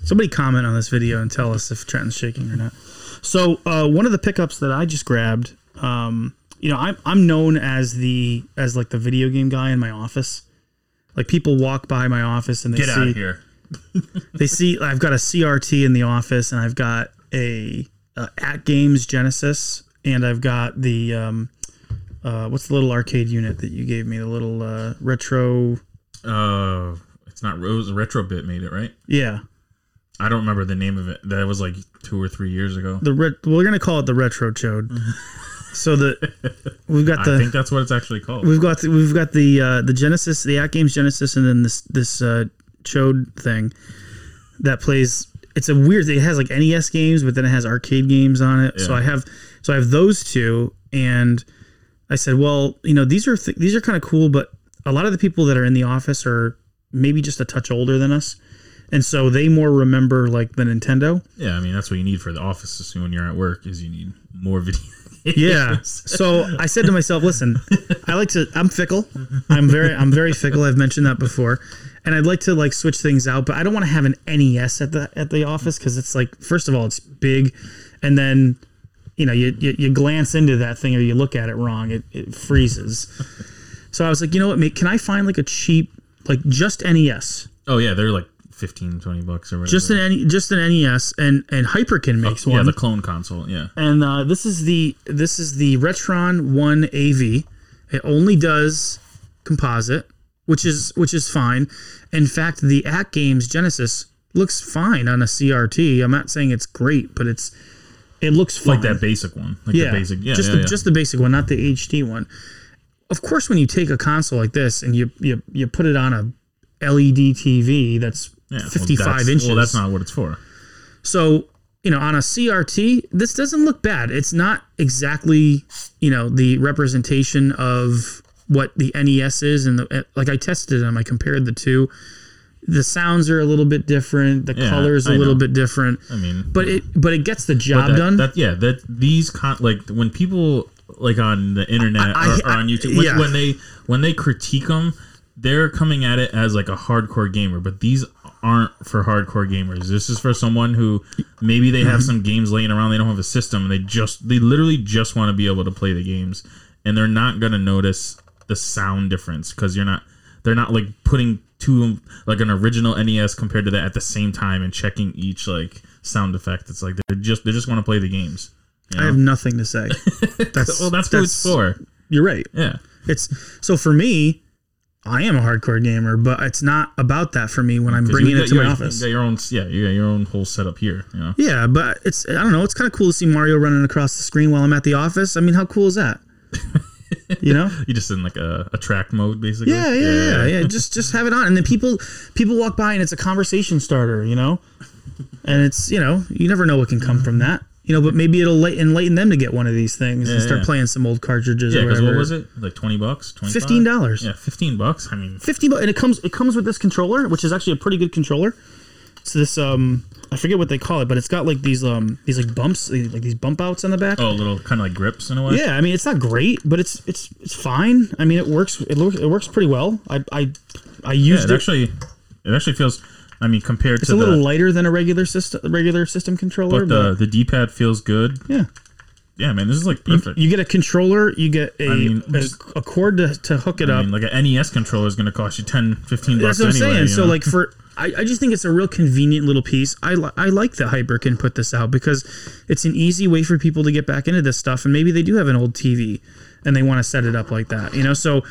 S1: Somebody comment on this video and tell us if Trenton's shaking or not. So uh, one of the pickups that I just grabbed, um, you know, I'm I'm known as the as like the video game guy in my office. Like people walk by my office and they
S2: Get out
S1: see
S2: of here.
S1: they see I've got a CRT in the office and I've got a uh, at games Genesis and I've got the um, uh, what's the little arcade unit that you gave me the little uh, retro
S2: Uh, it's not. It was Retrobit made it right.
S1: yeah
S2: I don't remember the name of it. That was like two or three years ago.
S1: the red we're gonna call it the retro chode so the we've got
S2: Mm-hmm. I
S1: the
S2: think that's what it's actually called.
S1: we've got the, we've got the uh the genesis the at games genesis and then this this uh chode thing that plays it's a weird it has like nes games but then it has arcade games on it so
S2: Yeah.
S1: i have so i have those two and i said well you know these are th- these are kind of cool but a lot of the people that are in the office are maybe just a touch older than us and so they more remember like the nintendo
S2: Yeah, I mean that's what you need for the office is when you're at work is you need more video.
S1: Yeah.
S2: games.
S1: So I said to myself, listen, I like to I'm fickle. I'm very I'm very fickle. I've mentioned that before. And I'd like to like switch things out, but I don't want to have an NES at the at the office cuz it's like first of all, it's big and then you know, you, you, you glance into that thing or you look at it wrong, it, it freezes. So I was like, you know what, mate, can I find like a cheap like just NES?
S2: Oh yeah, they're like 15, 20 bucks or whatever.
S1: Just an N- just an NES and and Hyperkin makes
S2: yeah,
S1: one.
S2: the clone console. Yeah,
S1: and uh, this is the this is the Retron One AV. It only does composite, which is which is fine. In fact, the At Games Genesis looks fine on a CRT. I'm not saying it's great, but it's it looks fine.
S2: like that basic one. Like
S1: yeah,
S2: the basic. Yeah,
S1: just
S2: yeah,
S1: the,
S2: yeah.
S1: just the basic one, not the HD one. Of course, when you take a console like this and you you, you put it on a E LED TV that's
S2: Yeah, well,
S1: 55
S2: that's-
S1: inches.
S2: Well, that's not what it's for.
S1: So, you know, on a CRT, this doesn't look bad. It's not exactly, you know, the representation E of what the NES is and the like I tested them, I compared the two. the sounds are a little bit different, the
S2: Yeah,
S1: colors a
S2: I
S1: little
S2: know.
S1: bit different,
S2: I mean,
S1: but it but it gets the job
S2: that,
S1: done.
S2: That, yeah, that these con- like when people like on the internet
S1: I-
S2: or, or on YouTube when,
S1: yeah.
S2: when they when they critique them, they're coming at it as like a hardcore gamer, but these aren't for hardcore gamers. This is for someone who maybe they
S1: Mm-hmm.
S2: have some games laying around, they don't have a system, and they just they literally just want to be able to play the games, and they're not gonna notice the sound difference because you're not they're not like putting two like an original NES compared to that at the same time and checking each like sound effect. It's like they're just they just want to play the games. you
S1: I
S2: know?
S1: have nothing to say. That's
S2: well, that's what it's for.
S1: You're right.
S2: Yeah,
S1: It's so for me, I am a hardcore gamer, but it's not about that for me when I'm
S2: 'Cause
S1: bringing
S2: you
S1: it
S2: got-
S1: to
S2: you
S1: my
S2: got-
S1: office.
S2: You got your own, yeah, you got your own whole setup here. You know,
S1: Yeah, but it's I don't know. It's kind of cool to see Mario running across the screen while I'm at the office. I mean, how cool is that? you know?
S2: you just in like a, a track mode basically.
S1: Yeah, yeah, yeah, yeah. Just just have it on, and then people people walk by, and it's a conversation starter. You know, and it's you know you never know what can come from that. You know, but maybe it'll light, enlighten them to get one of these things and
S2: Yeah,
S1: start
S2: yeah.
S1: playing some old cartridges.
S2: Yeah,
S1: or
S2: because
S1: whatever.
S2: what was it? Like twenty bucks, twenty
S1: Fifteen dollars.
S2: Yeah, fifteen bucks. I mean,
S1: Fifty, bu- and it comes it comes with this controller, which is actually a pretty good controller. It's this um I forget what they call it, but it's got like these um these like bumps, these- like these bump outs on the back.
S2: oh, little kind of like grips in a way.
S1: Yeah, I mean it's not great, but it's it's it's fine. I mean it works it looks it works pretty well. I I I
S2: yeah
S1: used
S2: it
S1: it.
S2: actually, it actually feels. I mean, compared
S1: It's
S2: to
S1: a little
S2: the,
S1: lighter than a regular system regular system controller,
S2: but the
S1: but,
S2: the D pad feels good.
S1: yeah.
S2: Yeah, man, this is like perfect.
S1: You get a controller, you get a
S2: mean,
S1: a,
S2: just-
S1: a cord to, to hook it
S2: I
S1: up.
S2: mean, like an NES controller is going to cost you 10, 15 bucks
S1: That's what I'm
S2: anyway.
S1: saying.
S2: you
S1: So
S2: know?
S1: like for I, I just think it's a real convenient little piece. I li- I like that Hyper can put this out because it's an easy way for people to get back into this stuff, and maybe they do have an old TV and they want to set it up like that, you know. So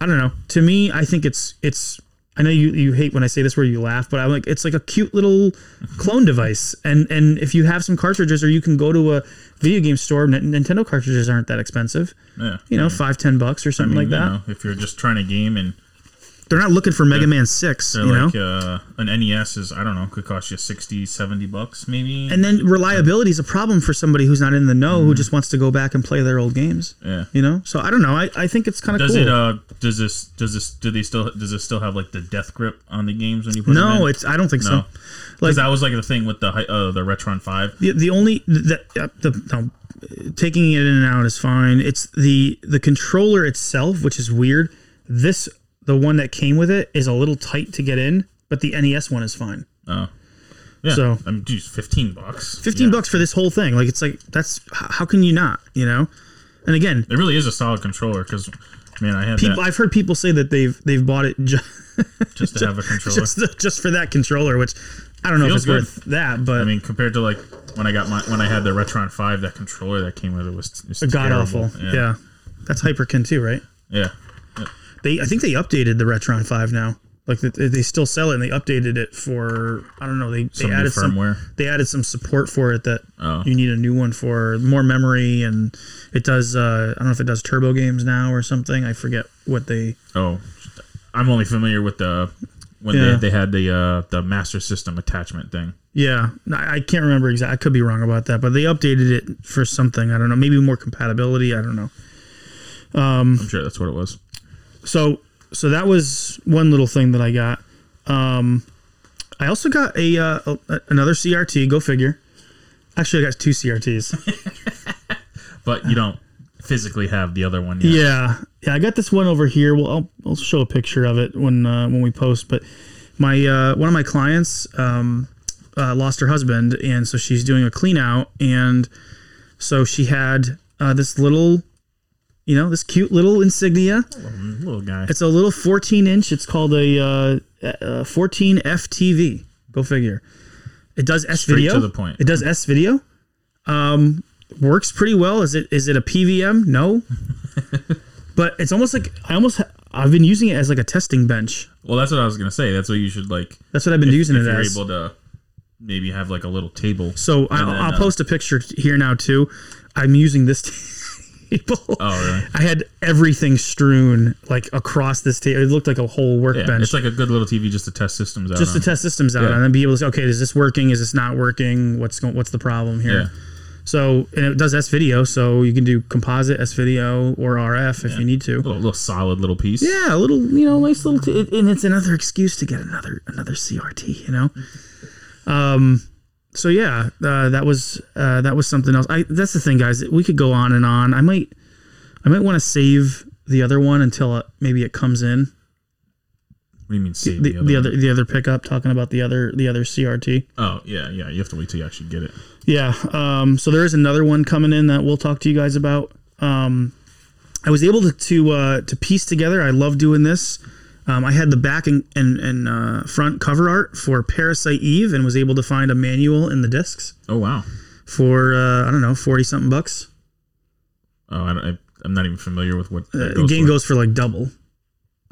S1: I don't know. To me, I think it's it's. I know you, you hate when I say this where you laugh, but I'm like it's like a cute little clone device. And and if you have some cartridges, or you can go to a video game store. N- Nintendo cartridges aren't that expensive.
S2: yeah.
S1: You know, five ten bucks or
S2: I
S1: something
S2: mean,
S1: like that.
S2: You know, if you're just trying a game and
S1: They're not looking for Mega Man Six.
S2: they're
S1: you know,
S2: like uh, an NES is, I don't know, could cost you 60, 70 bucks maybe.
S1: and then reliability is a problem for somebody who's not in the know who just wants to go back and play their old games
S2: Mm-hmm. yeah.
S1: you know so i don't know i, I think it's kind of
S2: Does
S1: cool
S2: it, uh, does this, does this, do they still, does it still have like the death grip on the games when you put them in?
S1: no it's i don't think
S2: No.
S1: so like-
S2: Because that was like the thing with the, hi- uh, the Retron 5.
S1: the, the only the, uh, the no, taking it in and out is fine it's the the controller itself which is weird this the one that came with it is a little tight to get in but the nes one is fine
S2: Oh. Yeah.
S1: So-
S2: I mean, geez, 15 bucks.
S1: 15
S2: Yeah.
S1: bucks for this whole thing like it's like that's h- how can you not you know and again
S2: It really is a solid controller because, man, I had
S1: people
S2: that
S1: i've heard people say that they've they've bought it just
S2: just to have a controller.
S1: just just for that controller, which I don't know
S2: Feels
S1: if it's worth that, but
S2: I mean, compared to like when I got my when I had the Retron Five, that controller that came with it was, was
S1: god
S2: terrible.
S1: awful. Yeah. that's Hyperkin too, right?
S2: yeah,
S1: They I think they updated the Retron Five now. Like they, they still sell it, and they updated it for I don't know. They, they
S2: Some new
S1: added
S2: firmware.
S1: some they added some support for it that
S2: Oh.
S1: you need a new one for more memory, and it does. Uh, I don't know if it does turbo games now or something. I forget what they.
S2: Oh, I'm only familiar with the when
S1: Yeah.
S2: they, they had the uh, the Master System attachment thing.
S1: Yeah, I I can't remember exactly. I could be wrong about that, but they updated it for something. I don't know. Maybe more compatibility. I don't know.
S2: I'm sure that's what it was.
S1: so so that was one little thing that I got. Um, I also got a, uh, a another CRT. Go figure. Actually, I got two CRTs.
S2: But you don't physically have the other one yet.
S1: yeah, yeah. I got this one over here. Well, I'll, I'll show a picture of it when uh, when we post. But my uh, one of my clients um, uh, lost her husband, and so she's doing a clean out, and so she had uh, this little, you know, this cute little insignia.
S2: Mm, little guy.
S1: It's a little 14 inch. It's called a, uh, uh 14 FTV. Go figure. It does S
S2: Straight
S1: video.
S2: to the point.
S1: It does S video. Um, works pretty well. Is it is it a PVM? No. but it's almost like I almost ha- I've been using it as like a testing bench.
S2: Well, that's what I was gonna say. That's what you should like.
S1: That's what I've been using
S2: if
S1: it
S2: you're
S1: as.
S2: able to maybe have like a little table.
S1: so I,
S2: and then,
S1: I'll
S2: uh,
S1: post a picture here now too. I'm using this table.
S2: Oh, really?
S1: I had everything strewn like across this table. It looked like a whole
S2: Yeah,
S1: workbench.
S2: it's like a good little TV just to test systems out.
S1: just to
S2: on.
S1: test systems out
S2: Yeah.
S1: and then be able to say, okay, is this working? Is this not working? What's going, what's the problem here?
S2: Yeah.
S1: So and it does S video, so you can do composite S video or RF if you need to.
S2: Little, little solid little piece.
S1: Yeah, a little, you know, nice little, t- it, and it's another excuse to get another another CRT, you know. Um, so yeah, uh, that was uh, that was something else. I that's the thing, guys. We could go on and on. I might, I might want to save the other one until uh, maybe it comes in.
S2: What do you mean save
S1: The, the,
S2: one?
S1: other the other pickup talking about the other the other CRT.
S2: Oh yeah, yeah. You have to wait till you actually get it.
S1: Yeah. Um, so there is another one coming in that we'll talk to you guys about. Um, I was able to to, uh, to piece together. I love doing this. Um, I had the back and and, and uh, front cover art for Parasite Eve, and was able to find a manual in the discs
S2: Oh wow.
S1: for uh, I don't know forty something bucks.
S2: Oh, I don't, I, I'm not even familiar with what
S1: Uh,
S2: that
S1: the
S2: goes
S1: game
S2: for.
S1: goes for like double.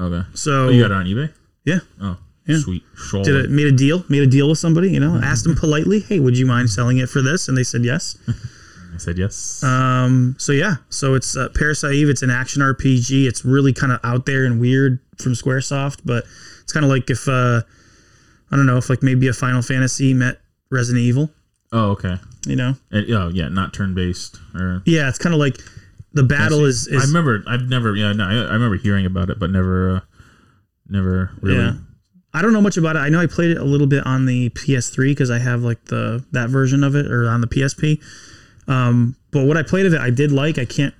S2: Okay.
S1: So
S2: Oh, you got it on eBay?
S1: yeah,
S2: Oh,
S1: Yeah.
S2: sweet. Sure.
S1: did it made a deal made a deal with somebody. You know, asked them politely, hey, would you mind selling it for this? And they said yes.
S2: I said yes.
S1: Um, so yeah, so it's uh, Parasite Eve. It's an action RPG. It's really kind of out there and weird from SquareSoft, but it's kind of like if uh, I don't know if like maybe a Final Fantasy met Resident Evil.
S2: oh, okay.
S1: You know?
S2: And, oh, yeah. Not turn based or.
S1: Yeah, it's kind of like the battle is
S2: I
S1: is
S2: remember. I've never. Yeah. No, I, I remember hearing about it, but never. Uh, never really.
S1: yeah. I don't know much about it. I know I played it a little bit on the PS3 because I have like the that version of it or on the PSP. Um, but what I played of it, I did like. I can't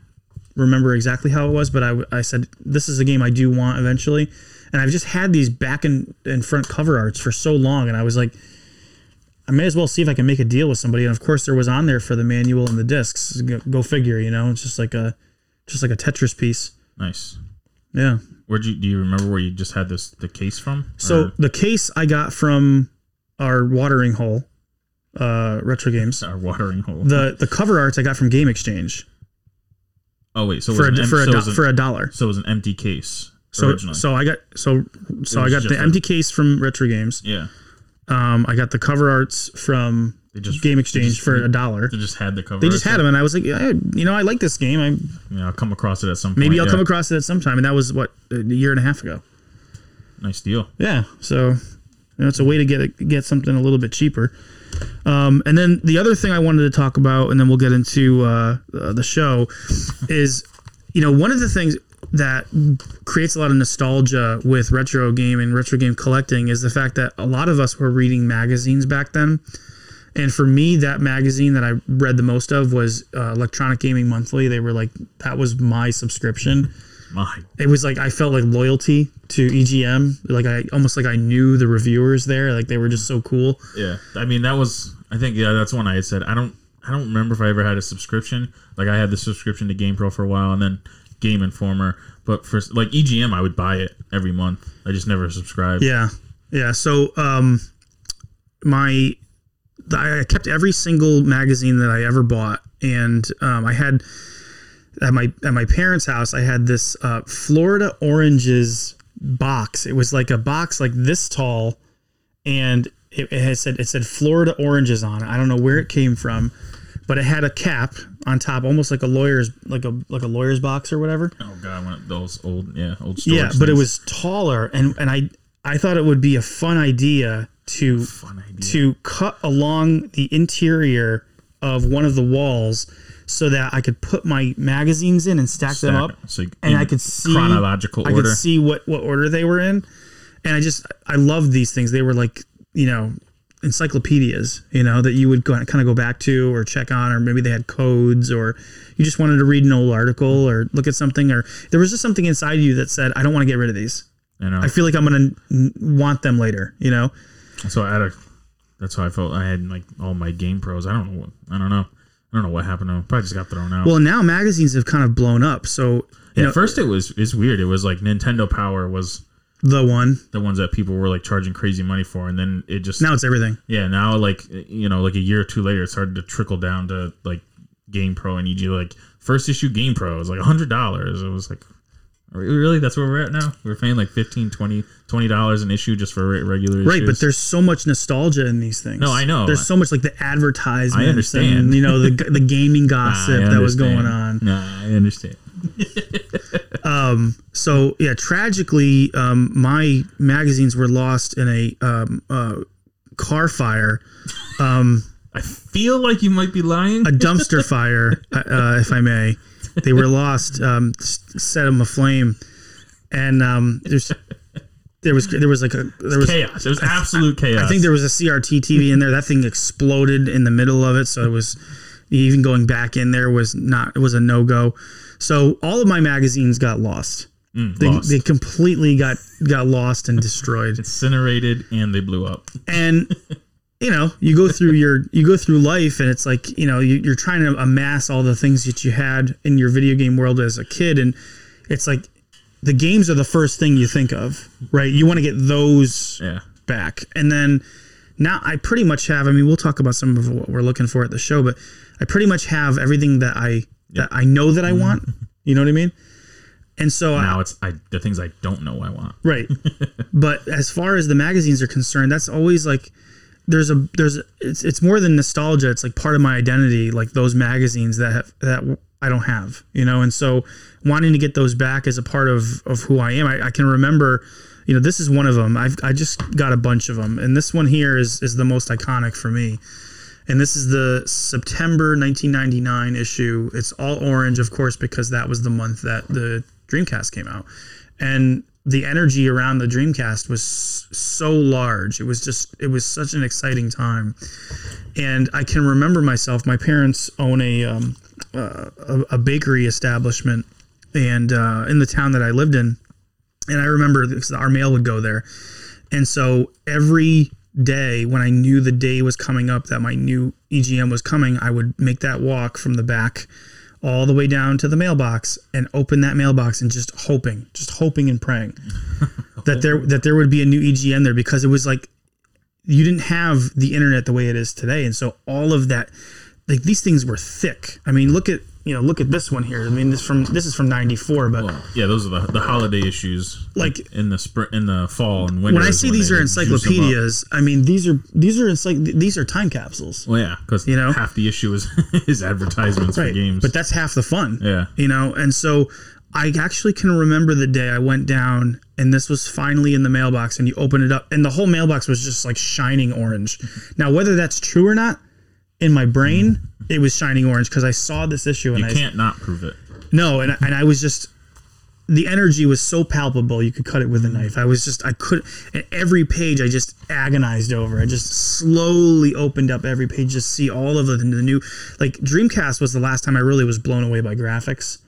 S1: remember exactly how it was, but I, w- I said this is a game I do want eventually. And I've just had these back and, and front cover arts for so long, and I was like, I may as well see if I can make a deal with somebody. And of course, there was on there for the manual and the discs. Go, go figure, you know. It's just like a just like a Tetris piece.
S2: Nice.
S1: Yeah.
S2: Where'd you do you remember where you just had this the case from?
S1: So
S2: Or-
S1: the case I got from our watering hole, uh, retro games.
S2: our watering hole.
S1: The the cover arts I got from Game Exchange
S2: oh wait, so it
S1: for
S2: was
S1: a,
S2: an em-
S1: for a
S2: so it
S1: do,
S2: was an-
S1: for a dollar.
S2: so it was an empty case
S1: So
S2: originally.
S1: so I got so so
S2: It
S1: I
S2: was
S1: got the
S2: just a-
S1: empty case from Retro Games.
S2: yeah,
S1: Um, I got the cover arts from
S2: they just
S1: Game
S2: they
S1: Exchange
S2: just-
S1: for a dollar.
S2: They just had the cover.
S1: They just had
S2: it. Oh
S1: them, and I was like, yeah, you know, I like this game. I
S2: Yeah, I'll come across it at some.
S1: maybe
S2: point.
S1: I'll
S2: yeah.
S1: come across it at some time. And that was what a year and a half ago.
S2: Nice deal.
S1: Yeah, so you know, it's a way to get it, get something a little bit cheaper. Um, and then the other thing I wanted to talk about, and then we'll get into uh, uh, the show, is you know one of the things that creates a lot of nostalgia with retro game and retro game collecting is the fact that a lot of us were reading magazines back then. And for me, that magazine that I read the most of was uh, Electronic Gaming Monthly. They were like, that was my subscription
S2: My
S1: it was like I felt like loyalty to EGM. Like I almost like I knew the reviewers there. Like they were just so cool.
S2: Yeah, I mean that was. I think yeah, that's one I had said. I don't. I don't remember if I ever had a subscription. Like I had the subscription to GamePro for a while, and then Game Informer. But for like EGM, I would buy it every month. I just never subscribed.
S1: Yeah, yeah. So um, my I kept every single magazine that I ever bought, and um, I had at my at my parents' house. I had this uh, Florida oranges box. It was like a box like this tall, and it, it had said it said Florida oranges on it. I don't know where it came from, but it had a cap on top, almost like a lawyer's like a like a lawyer's box or whatever
S2: Oh god, one of those old yeah old storage
S1: yeah but it
S2: things.
S1: was taller and and i i thought it would be a fun idea to
S2: fun idea.
S1: to cut along the interior of one of the walls so that i could put my magazines in and stack, them
S2: Stack
S1: up
S2: 'em. So you-
S1: and
S2: you-
S1: i could see
S2: chronological
S1: i
S2: order.
S1: could see what what order they were in and i just i loved these things they were like you know encyclopedias you know that you would go, kind of go back to or check on or maybe they had codes or you just wanted to read an old article or look at something or there was just something inside you that said i don't want to get rid of these
S2: you know,
S1: I feel like I'm gonna n- want them later. You know,
S2: so I had a. That's how I felt. I had like all my Game Pros. I don't know. What, I don't know. I don't know what happened to them. Probably just got thrown out.
S1: well now magazines have kind of blown up. So you
S2: yeah,
S1: know,
S2: at first it was it's weird. It was like Nintendo Power was
S1: the one
S2: the ones that people were like charging crazy money for, and then it just
S1: now it's everything.
S2: Yeah, now like you know, like a year or two later, it started to trickle down to like Game Pro and EG. Like first issue Game Pro was like hundred dollars. It was like, are we- really? That's where we're at now. We're paying like 15 20 dollars an issue just for re- regular.
S1: Right, but
S2: issues?
S1: there's so much nostalgia in these things.
S2: No, I know.
S1: There's so much like the advertisements.
S2: I understand.
S1: And, you know the the gaming
S2: I
S1: gossip that was
S2: understand.
S1: going on.
S2: Nah, I understand.
S1: So yeah, tragically, um, my magazines were lost in a um, uh, car fire. Um,
S2: I feel like you might be lying.
S1: a dumpster fire, uh, if I may. They were lost, um, s- set them aflame, and um, there's there was there was like a there was
S2: chaos. It was absolute chaos.
S1: I think there was a CRT TV in there. That thing exploded in the middle of it, so it was even going back in there was not it was a no go. So all of my magazines got lost. They,
S2: Mm, lost.
S1: they completely got got lost and destroyed.
S2: incinerated and they blew up.
S1: and you know you go through your you go through life and it's like you know you, you're trying to amass all the things that you had in your video game world as a kid and it's like the games are the first thing you think of right you want to get those
S2: Yeah.
S1: back and then now i pretty much have i mean we'll talk about some of what we're looking for at the show but i pretty much have everything that i that i know that i want you know what i mean and so I,
S2: Now it's I the things I don't know I want.
S1: Right. but as far as the magazines are concerned, that's always like there's a there's it's it's more than nostalgia. It's like part of my identity, like those magazines that have, that I don't have, you know. And so wanting to get those back is a part of of who I am. I, I can remember, you know, this is one of them. I've I just got a bunch of them, and this one here is is the most iconic for me. And this is the September 1999 issue. It's all orange, of course, because that was the month that the Dreamcast came out. And the energy around the Dreamcast was s- so large. It was just, it was such an exciting time. And I can remember myself, my parents own a, um, uh, a, a bakery establishment and uh, in the town that I lived in. And I remember this- our mail would go there. And so every day when I knew the day was coming up that my new EGM was coming, I would make that walk from the back all the way down to the mailbox and open that mailbox and just hoping, just hoping and praying that there that there would be a new EGM there because it was like you didn't have the internet the way it is today. And so all of that like these things were thick. I mean, look at you know, look at this one here. I mean, this from this is from 94, but
S2: Well, yeah, those are the, the holiday issues.
S1: Like-
S2: in the spring, in the fall and winter.
S1: when I
S2: is
S1: see these
S2: they
S1: are
S2: juice them up.
S1: encyclopedias, I mean these are these are encycl- these are time capsules.
S2: Well, yeah, because
S1: You
S2: you
S1: know?
S2: know half the issue is is advertisements for games.
S1: But that's half the fun.
S2: Yeah.
S1: You know, and so I actually can remember the day I went down and this was finally in the mailbox and you open it up and the whole mailbox was just like shining orange. Now whether that's true or not, in my brain, it was shining orange because I saw this issue and
S2: Mm-hmm. you
S1: I
S2: can't not prove it.
S1: no, and and I was just the energy was so palpable you could cut it with a knife. I was just I could and every page I just agonized over. I just slowly opened up every page just see all of the, the new like Dreamcast was the last time I really was blown away by graphics.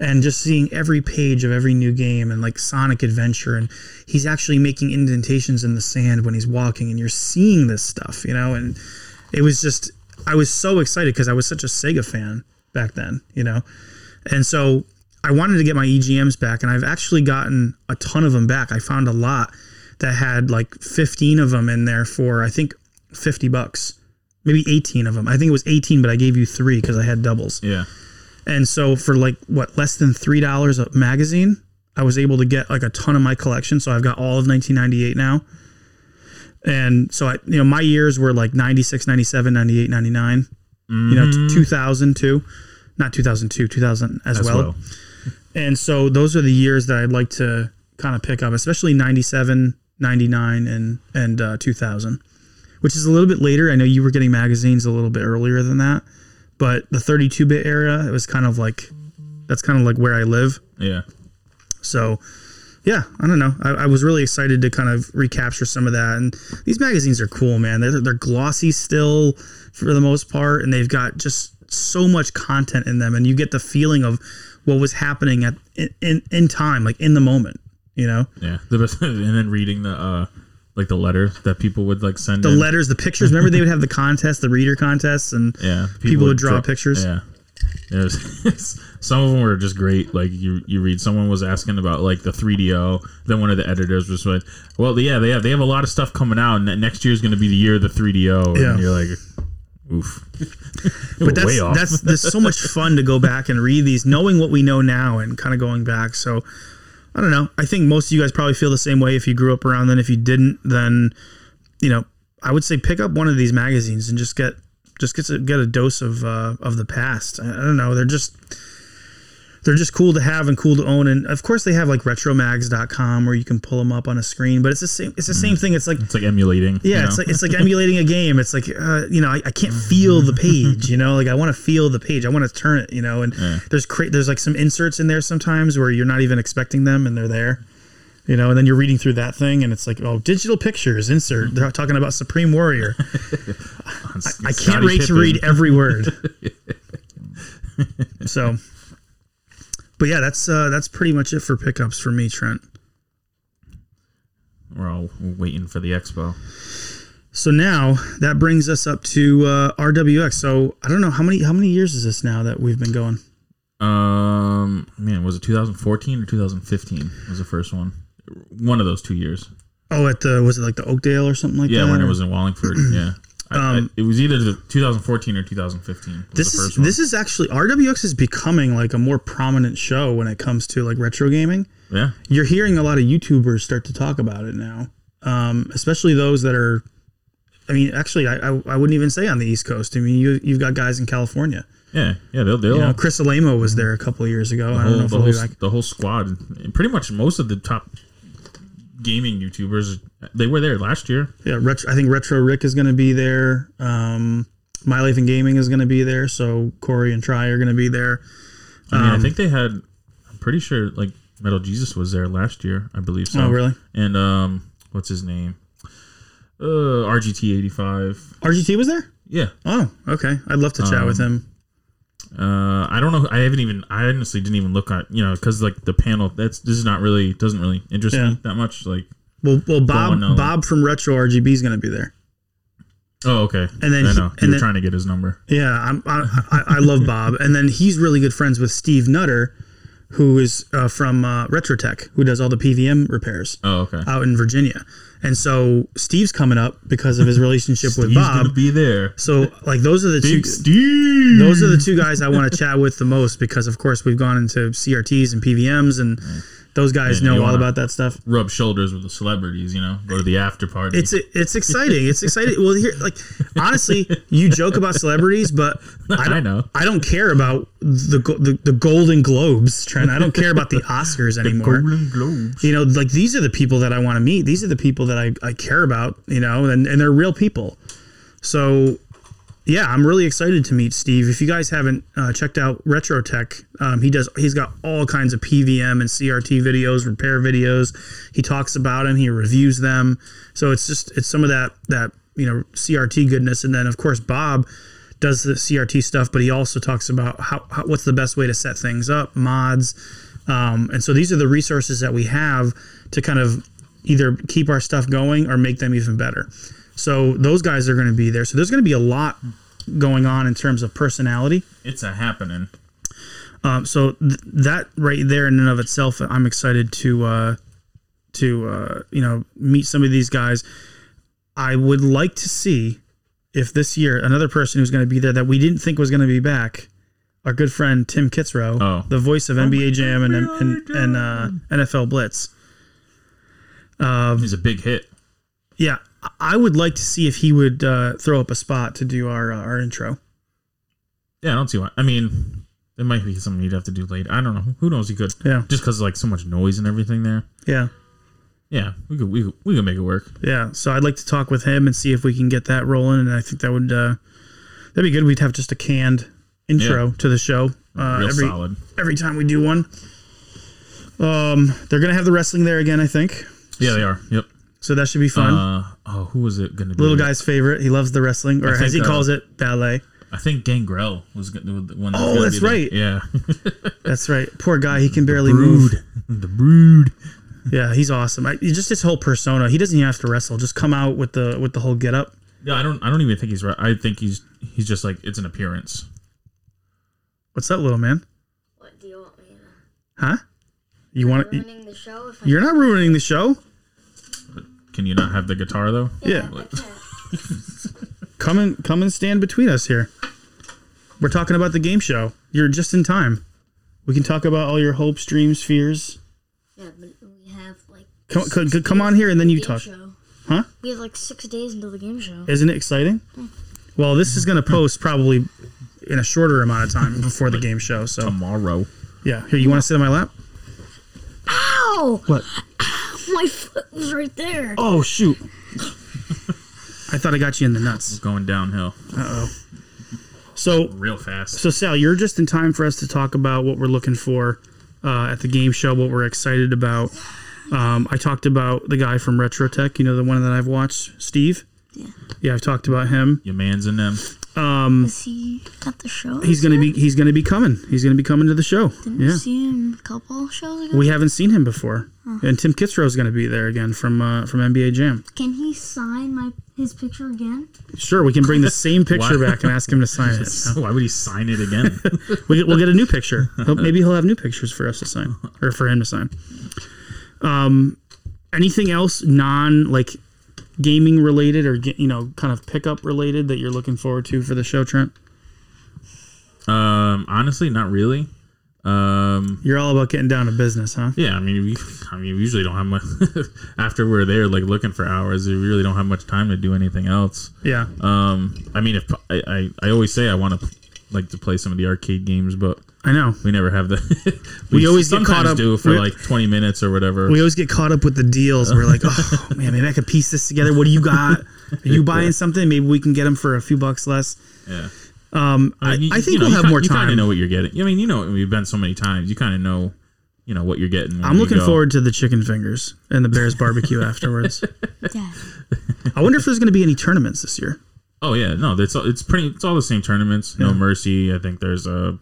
S1: And just seeing every page of every new game and like Sonic Adventure and he's actually making indentations in the sand when he's walking and you're seeing this stuff, you know, and it was just I was so excited because I was such a Sega fan back then, you know. And so I wanted to get my EGMs back, and I've actually gotten a ton of them back. I found a lot that had like 15 of them in there for I think 50 bucks, maybe 18 of them. I think it was 18, but I gave you three because I had doubles.
S2: Yeah,
S1: And so for like what less than three dollars a magazine, I was able to get like a ton of my collection. So I've got all of 1998 now. And so I, you know, my years were like 96, 97, 98, 99, you know, t- 2002, not 2002, 2000 Mm-hmm. as,
S2: as well.
S1: well. And so those are the years that I'd like to kind of pick up, especially 97, 99, and, and uh, 2000, which is a little bit later. I know you were getting magazines a little bit earlier than that, but the 32 bit era, it was kind of like, that's kind of like where I live.
S2: Yeah,
S1: So, yeah, I don't know. I, I was really excited to kind of recapture some of that. And these magazines are cool, man. They're, they're glossy still for the most part, and they've got just so much content in them, and you get the feeling of what was happening at in, in, in time, like in the moment. You know,
S2: yeah. The best, and then reading the uh, like the letter that people would like send.
S1: the
S2: in.
S1: letters, the pictures. Remember, they would have the contest, the reader contests, and
S2: Yeah,
S1: People would draw pictures.
S2: Yeah, There's- some of them were just great. Like you, you read. Someone was asking about like the 3DO. Then one of the editors was like, "Well, yeah, they have they have a lot of stuff coming out, and that next year is going to be the year of the 3DO."
S1: Yeah.
S2: And you're like, "Oof."
S1: but that's that's there's so much fun to go back and read these, knowing what we know now and kind of going back. So I don't know. I think most of you guys probably feel the same way if you grew up around then. If you didn't, then you know, I would say pick up one of these magazines and just get just get a, get a dose of uh, of the past. I, I don't know. They're just they're just cool to have and cool to own. And of course, they have like retromags.com where you can pull them up on a screen. But it's the same. It's the same thing. It's like
S2: It's like emulating.
S1: yeah,
S2: you
S1: it's
S2: know?
S1: like it's like emulating a game. It's like uh, you know, I, I can't feel the
S2: Mm-hmm.
S1: page. You know, like I want to feel the page. I want to turn it. You know, and there's cra- there's like some inserts in there sometimes where you're not even expecting them and they're there. You know, and then you're reading through that thing and it's like, oh, digital pictures insert. They're talking about Supreme Warrior. I can't
S2: Scottie
S1: wait
S2: Pippen.
S1: to read every word. so, but yeah, that's uh, that's pretty much it for pickups for me, Trent.
S2: We're all waiting for the expo.
S1: So now that brings us up to uh, RWX. So I don't know how many how many years is this now that we've been going?
S2: Um, man, was it 2014 or 2015? Was the first one? One of those two years.
S1: Oh, at the was it like the Oakdale or something like
S2: Yeah,
S1: that?
S2: when it
S1: or-
S2: was in Wallingford. yeah. I, I,
S1: Uh, Um,
S2: it was either the 2014 or 2015. Was
S1: This
S2: the
S1: is
S2: first one.
S1: this is actually RWX is becoming like a more prominent show when it comes to like retro gaming.
S2: yeah.
S1: You're hearing a lot of YouTubers start to talk about it now, um, especially those that are. I mean, actually, I, I, I wouldn't even say on the East Coast. I mean, you you've got guys in California.
S2: Yeah, yeah, they'll they'll
S1: You know, Chris Alamo was there a couple of years ago. I don't
S2: the
S1: know
S2: whole,
S1: if
S2: the,
S1: he'll
S2: whole,
S1: be
S2: s-
S1: back.
S2: the whole squad and pretty much most of the top gaming YouTubers they were there last year.
S1: Yeah, retro, I think Retro Rick is going to be there. Um, My Life in Gaming is going to be there. So Corey and Try are going to be there.
S2: I mean,
S1: Um,
S2: I think they had. I'm pretty sure like Metal Jesus was there last year. I believe so.
S1: Oh, really?
S2: And um, what's his name? Uh, RGT85.
S1: RGT was there?
S2: Yeah.
S1: Oh, okay. I'd love to chat with
S2: Um,
S1: him.
S2: Uh, I don't know. I haven't even. I honestly didn't even look at you know because like the panel. That's this is not really doesn't really interest
S1: Yeah.
S2: me that much. Like
S1: Well, well, Bob
S2: one knows.
S1: Bob from Retro RGB is going to be there.
S2: oh okay.
S1: And then
S2: I
S1: he-
S2: know
S1: and
S2: you were
S1: then-
S2: trying to get his number.
S1: Yeah, I'm, I, I I love Bob, and then he's really good friends with Steve Nutter, who is uh, from uh, RetroTech, who does all the PVM repairs
S2: Oh okay.
S1: out in Virginia. And so Steve's coming up because of his relationship with
S2: He's
S1: Bob.
S2: gonna be there.
S1: so like those are the
S2: Big
S1: two
S2: Steve.
S1: those are the two guys I want to chat with the most because, of course, we've gone into CRTs and PVMs, and those guys
S2: Mm. Yeah, you
S1: know all
S2: wanna-
S1: about that stuff.
S2: rub shoulders with the celebrities. You know, go to the after party.
S1: It's it's exciting. It's exciting. Well, here, like honestly, you joke about celebrities, but I, don't,
S2: I know.
S1: I don't care about the, go- the the Golden Globes, Trent. I don't care about the Oscars anymore.
S2: Golden Globes.
S1: you know, like these are the people that I want to meet. These are the people that I, I care about, you know, and, and they're real people. So, yeah, I'm really excited to meet Steve. If you guys haven't uh, checked out RetroTech, um, he does. He's got all kinds of PVM and CRT videos, repair videos. He talks about them. He reviews them. So it's just it's some of that that you know CRT goodness, and then of course Bob does the CRT stuff, but he also talks about how, how what's the best way to set things up, mods, um, and so these are the resources that we have to kind of either keep our stuff going or make them even better. So those guys are going to be there. So there's going to be a lot going on in terms of personality.
S2: It's a happening.
S1: Um, so th- that right there in and of itself, I'm excited to uh, to uh, you know meet some of these guys. I would like to see if this year another person who's going to be there that we didn't think was going to be back. Our good friend Tim Kitzrow,
S2: Oh.
S1: the voice of NBA Jam and
S2: NBA
S1: and, and uh, NFL Blitz. Um,
S2: He's a big hit.
S1: Yeah, I- I would like to see if he would uh, throw up a spot to do our uh, our intro.
S2: Yeah, I don't see why. I mean, it might be something he'd have to do later. I don't know. Who knows? He could.
S1: Yeah.
S2: Just because like so much noise and everything there.
S1: Yeah,
S2: Yeah, we could we could, we could make it work.
S1: yeah. So I'd like to talk with him and see if we can get that rolling. And I think that would uh, that'd be good. We'd have just a canned intro to the show uh,
S2: Real
S1: every
S2: solid.
S1: every time we do one. Um, they're gonna have the wrestling there again, I think.
S2: Yeah, they are. Yep.
S1: So that should be fun.
S2: Uh, oh, who was it gonna be?
S1: Little guy's favorite. He loves the wrestling, or as
S2: think,
S1: he
S2: uh,
S1: calls it, ballet.
S2: I think Gangrel was go- the one. That was
S1: Oh,
S2: gonna
S1: that's
S2: be there.
S1: right.
S2: Yeah.
S1: That's right. Poor guy. He can barely move.
S2: brood. the brood.
S1: Yeah, he's awesome. I, just his whole persona. He doesn't even have to wrestle. Just come out with the with the whole get up.
S2: Yeah, I don't. I don't even think he's right. I think he's he's just like it's an appearance.
S1: What's up, little man?
S3: What do you want me to?
S1: Huh? You want to?
S3: Ruining the show if I
S1: You're not ruining the show.
S2: Can you not have the guitar though?
S1: Yeah.
S3: I can't.
S1: Come and come and stand between us here. We're talking about the game show. You're just in time. We can talk about all your hopes, dreams, fears.
S3: Yeah, but we have like
S1: Come come, come on here and then you
S3: game
S1: talk.
S3: show.
S1: Huh?
S3: We have like six days until the game show.
S1: Isn't it exciting? Well, this is going to post probably in a shorter amount of time before the game show. So
S2: Tomorrow.
S1: Yeah. Here, you want to sit on my lap?
S3: Ow!
S1: What?
S3: My foot was right there.
S1: Oh shoot! I thought I got you in the nuts.
S2: Going downhill
S1: So,
S2: real fast.
S1: so Sal, you're just in time for us to talk about what we're looking for uh, at the game show, what we're excited about. Um, I talked about the guy from Retro Tech, you know, the one that I've watched, Steve.
S3: Yeah.
S1: Yeah, I've talked about him.
S2: Your man's in them.
S1: Um,
S3: Is he at the show?
S1: He's gonna be he's gonna be coming. He's gonna be coming to the show.
S3: Didn't
S1: Yeah.
S3: we see him Uh-huh. a couple shows ago?
S1: We haven't seen him before, and Tim Kitzrow's going to be there again from uh, from NBA Jam.
S3: Can he sign my his picture again?
S1: Sure, we can bring the same picture
S2: Wow.
S1: back and ask him to sign it.
S2: Why would he sign it again?
S1: We, we'll get a new picture. He'll, maybe he'll have new pictures for us to sign or for him to sign. Um, anything else non like gaming related or ge- you know kind of pickup related that you're looking forward to for the show, Trent?
S2: um, honestly, not really. Um,
S1: You're all about getting down to business, huh?
S2: Yeah, I mean, we, I mean, we usually don't have much after we're there, like looking for hours. We really don't have much time to do anything else.
S1: Yeah.
S2: Um, I mean, if I, I, I always say I want to like to play some of the arcade games, but
S1: I know.
S2: we never have the.
S1: We always get
S2: sometimes
S1: caught up-
S2: do for
S1: we-
S2: like twenty minutes or whatever.
S1: We always get caught up with the deals. We're like, oh man, maybe I could piece this together. What do you got? Are you buying something? Maybe we can get them for a few bucks less.
S2: yeah,
S1: I,
S2: mean,
S1: um, I think
S2: you know,
S1: we'll
S2: you
S1: have
S2: ki-
S1: more
S2: You kind
S1: time.
S2: of know what you're getting. I mean, you know, we've been so many times. You kind of know, you know what you're getting. when
S1: I'm
S2: you
S1: looking
S2: go.
S1: forward to the chicken fingers and the Bears barbecue afterwards.
S3: Dad.
S1: I wonder if there's going to be any tournaments this year.
S2: Oh yeah, no, it's all, it's pretty. It's all the same tournaments. No mercy. I think there's a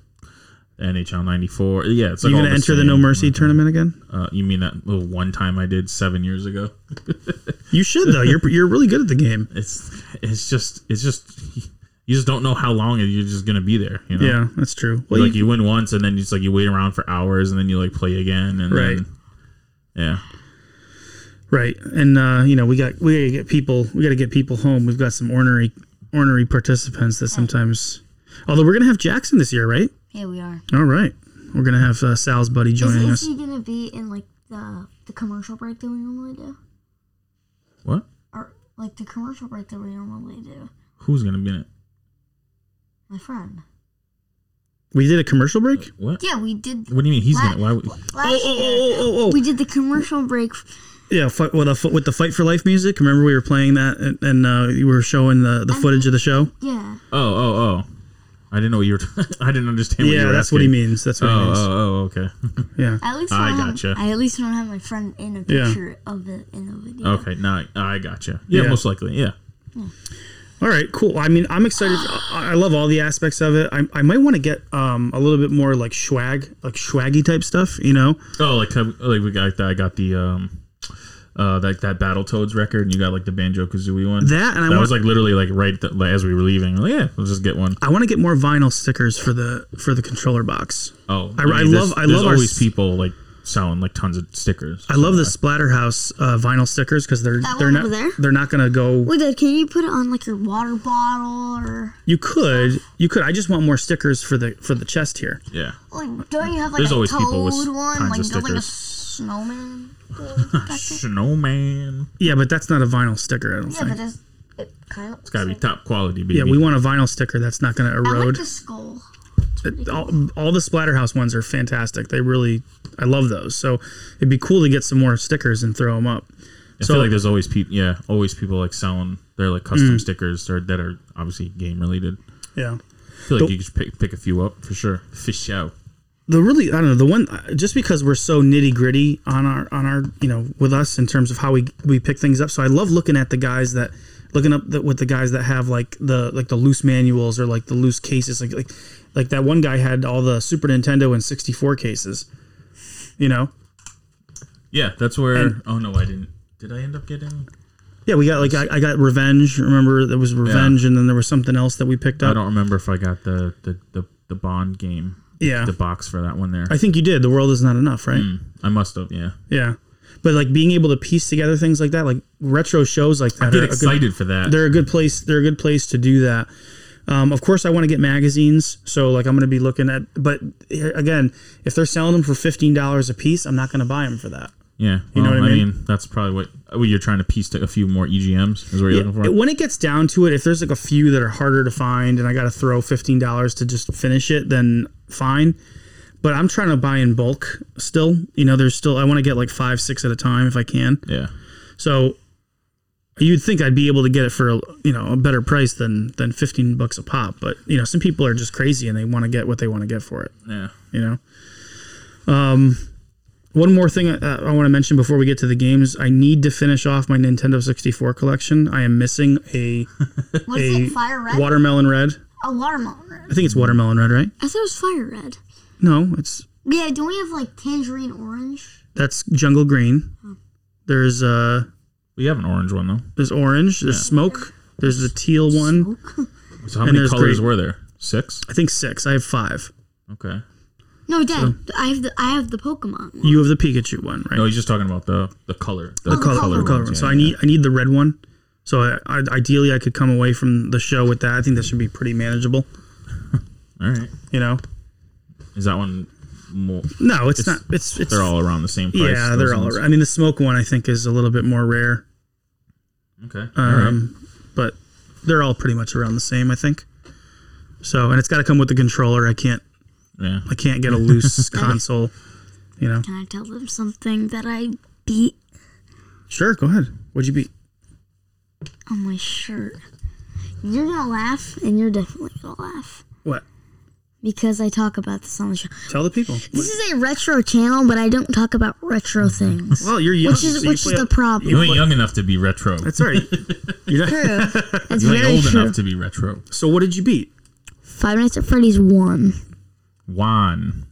S2: NHL '94. Yeah, it's like
S1: you
S2: all
S1: going to enter the
S2: same.
S1: No Mercy tournament again?
S2: Uh, you mean that little one time I did seven years ago?
S1: You should though. You're you're really good at the game.
S2: It's it's just it's just you just don't know how long you're just gonna be there. You know,
S1: Yeah, that's true. Well,
S2: like
S1: you-
S2: you win once and then you just like you wait around for hours and then you like play again and
S1: Right.
S2: then, yeah.
S1: right, and uh, you know we got we gotta get people we got to get people home. We've got some ornery ornery participants that sometimes. Although we're going to have Jackson this year, right?
S3: Here we are.
S1: All right, we're going to have uh, Sal's buddy
S3: Is,
S1: joining
S3: is
S1: us.
S3: he gonna be in like the the commercial break that we normally do,
S2: What?
S3: or like the commercial break that we normally do?
S2: Who's gonna be in it?
S3: My friend.
S1: We did a commercial break.
S2: What?
S3: Yeah, we did.
S2: What do you mean he's gonna? Why?
S3: la-
S2: would-
S1: Oh,
S3: Last
S1: oh,
S3: year,
S1: oh, oh, oh, oh.
S3: we did the commercial break.
S1: Yeah, fight, with, the, with the Fight for Life music. Remember we were playing that and, and uh, you were showing the,
S3: Uh-huh.
S1: the footage of the show?
S3: Yeah.
S2: Oh oh oh! I didn't know what you were. I I didn't understand. What you
S1: Yeah,
S2: were
S1: that's what he
S2: asking.
S1: means. That's
S2: Oh
S1: what he means.
S2: oh oh okay.
S1: yeah.
S3: At least
S2: I
S3: don't have-
S2: gotcha.
S3: I at least don't have my friend in a
S1: Yeah.
S3: picture of it in the video.
S2: Okay, now I, I gotcha. Yeah,
S1: Yeah.
S2: most likely. Yeah.
S1: All right, cool. I mean, I'm excited. I I love all the aspects of it. I, I might want to get um, a little bit more like swag, like swaggy type stuff, you know?
S2: Oh, like have- like we got I got the um uh that that Battletoads record, and you got like the Banjo Kazooie one.
S1: That, and I
S2: that
S1: want,
S2: was like literally like right th- like, as we were leaving. Like, yeah, let's just get one.
S1: I want to get more vinyl stickers for the for the controller box.
S2: Oh,
S1: I- I
S2: there's-
S1: love- I
S2: there's
S1: love our
S2: always
S1: s-
S2: people like selling like tons of stickers.
S1: I love the Splatterhouse uh, vinyl stickers because they're
S3: That
S1: they're
S3: one
S1: not
S3: over there?
S1: they're not gonna go.
S3: Wait, Dad, can you put it on like your water bottle or
S1: You could you could. I just want more stickers for the for the chest here.
S2: Yeah,
S3: like? Don't you have like
S2: There's
S3: a
S2: always
S3: toad
S2: people with
S3: one?
S2: kinds
S3: Like
S2: of
S3: don't like a
S2: stickers.
S3: snowman. toad packet?
S2: snowman.
S1: Yeah, but that's not a vinyl sticker. I don't
S3: yeah,
S1: think.
S3: but it's it kind of. It's
S2: Gotta be top quality, baby.
S1: Yeah, we want a vinyl sticker that's not going to
S3: I like
S1: erode.
S3: the skull.
S1: all, all the Splatterhouse ones are fantastic. They really, I love those. So it'd be cool to get some more stickers and throw them up.
S2: I
S1: so-
S2: feel like there's always people. Yeah, always people like selling their like
S1: Mm.
S2: custom stickers or that are obviously game related.
S1: Yeah.
S2: I feel like
S1: The-
S2: you could pick pick a few up for sure. Fish out.
S1: The really, I don't know, the one just because we're so nitty gritty on our on our you know with us in terms of how we we pick things up. So I love looking at the guys that looking up the, with the guys that have like the like the loose manuals or like the loose cases like like like that one guy had all the Super Nintendo and 64 cases. You know.
S2: Yeah, that's where.
S1: And-
S2: oh no, I didn't. Did I end up getting?
S1: Yeah, we got like I, I got revenge. Remember, there was revenge, and then there was something else that we picked
S2: I
S1: up.
S2: don't remember if I got the the the, the Bond game.
S1: Yeah.
S2: the Hmm. box for that one there.
S1: I think you did. The world is not enough, right?
S2: I must have. Yeah,
S1: Yeah. But like being able to piece together things like that, like retro shows like that,
S2: I
S1: are
S2: get
S1: a good,
S2: excited for that.
S1: they're a good place. They're a good place to do that. Um, of course, I want to get magazines, so like I'm going to be looking at. But here- again, if they're selling them for fifteen dollars a piece, I'm not going to buy them for that.
S2: yeah,
S1: know
S2: well,
S1: what I mean?
S2: that's probably what well, you're trying to piece to a few more EGMs. Is what you're looking for.
S1: When it gets down to it, if there's like a few that are harder to find, and I got to throw fifteen dollars to just finish it, then fine. But I'm trying to buy in bulk still. You know, there's still I want to get like five, six at a time if I can.
S2: Yeah.
S1: So you'd think I'd be able to get it for you know a better price than than 15 bucks a pop, but you know some people are just crazy and they want to get what they want to get for it.
S2: Yeah.
S1: You know. Um, one more thing I, I want to mention before we get to the games, I need to finish off my Nintendo 64 collection. I am missing a
S3: What is
S1: a
S3: it? Fire red?
S1: watermelon red.
S3: a watermelon red.
S1: I think it's watermelon red, right?
S3: I thought it was fire red.
S1: No, it's
S3: Yeah, don't we have like tangerine orange?
S1: that's jungle green. There's uh
S2: We have an orange one though.
S1: there's orange, there's smoke, there's the teal one.
S2: Mm. So how
S1: And
S2: many
S1: there's
S2: colors
S1: green.
S2: were there? Six.
S1: I think 6. I have 5.
S2: Okay.
S3: No, Dad, I have the I have the Pokemon one.
S1: You have the Pikachu one, right?
S2: No, he's just talking about the the color. Oh, The,
S1: color, Oh, the color
S2: ones,
S1: one.
S2: yeah,
S1: So I
S2: yeah.
S1: need I need the red one. So I, I, ideally, I could come away from the show with that. I think that should be pretty manageable.
S2: All right.
S1: You know,
S2: Is that one? More,
S1: no, it's, not. It's it's
S2: they're all around the same price.
S1: yeah,
S2: those
S1: they're all.
S2: ones?
S1: right. I mean, the smoke one I think is a little bit more rare,
S2: Okay.
S1: um, but they're all pretty much around the same. I think. So and it's got to come with the controller. I can't
S2: all right.
S1: I can't get a loose console. You know.
S3: Can I tell them something that I beat
S1: Sure, go ahead. What'd you beat?
S3: on my shirt? You're gonna laugh, and you're definitely gonna laugh
S1: What?
S3: because I talk about this on the show.
S1: Tell the people.
S3: This is a retro channel, but I don't talk about retro things,
S1: Well, you're young.
S3: which is
S1: so you
S3: which
S1: play
S3: is the
S1: up-
S2: Yeah.
S3: problem.
S2: You ain't young enough to be retro.
S1: That's all right. You're not-
S3: True. That's
S2: you ain't
S3: very
S2: old
S3: true.
S2: enough to be retro.
S1: so what did you beat?
S3: Five Nights at Freddy's one,
S2: Juan.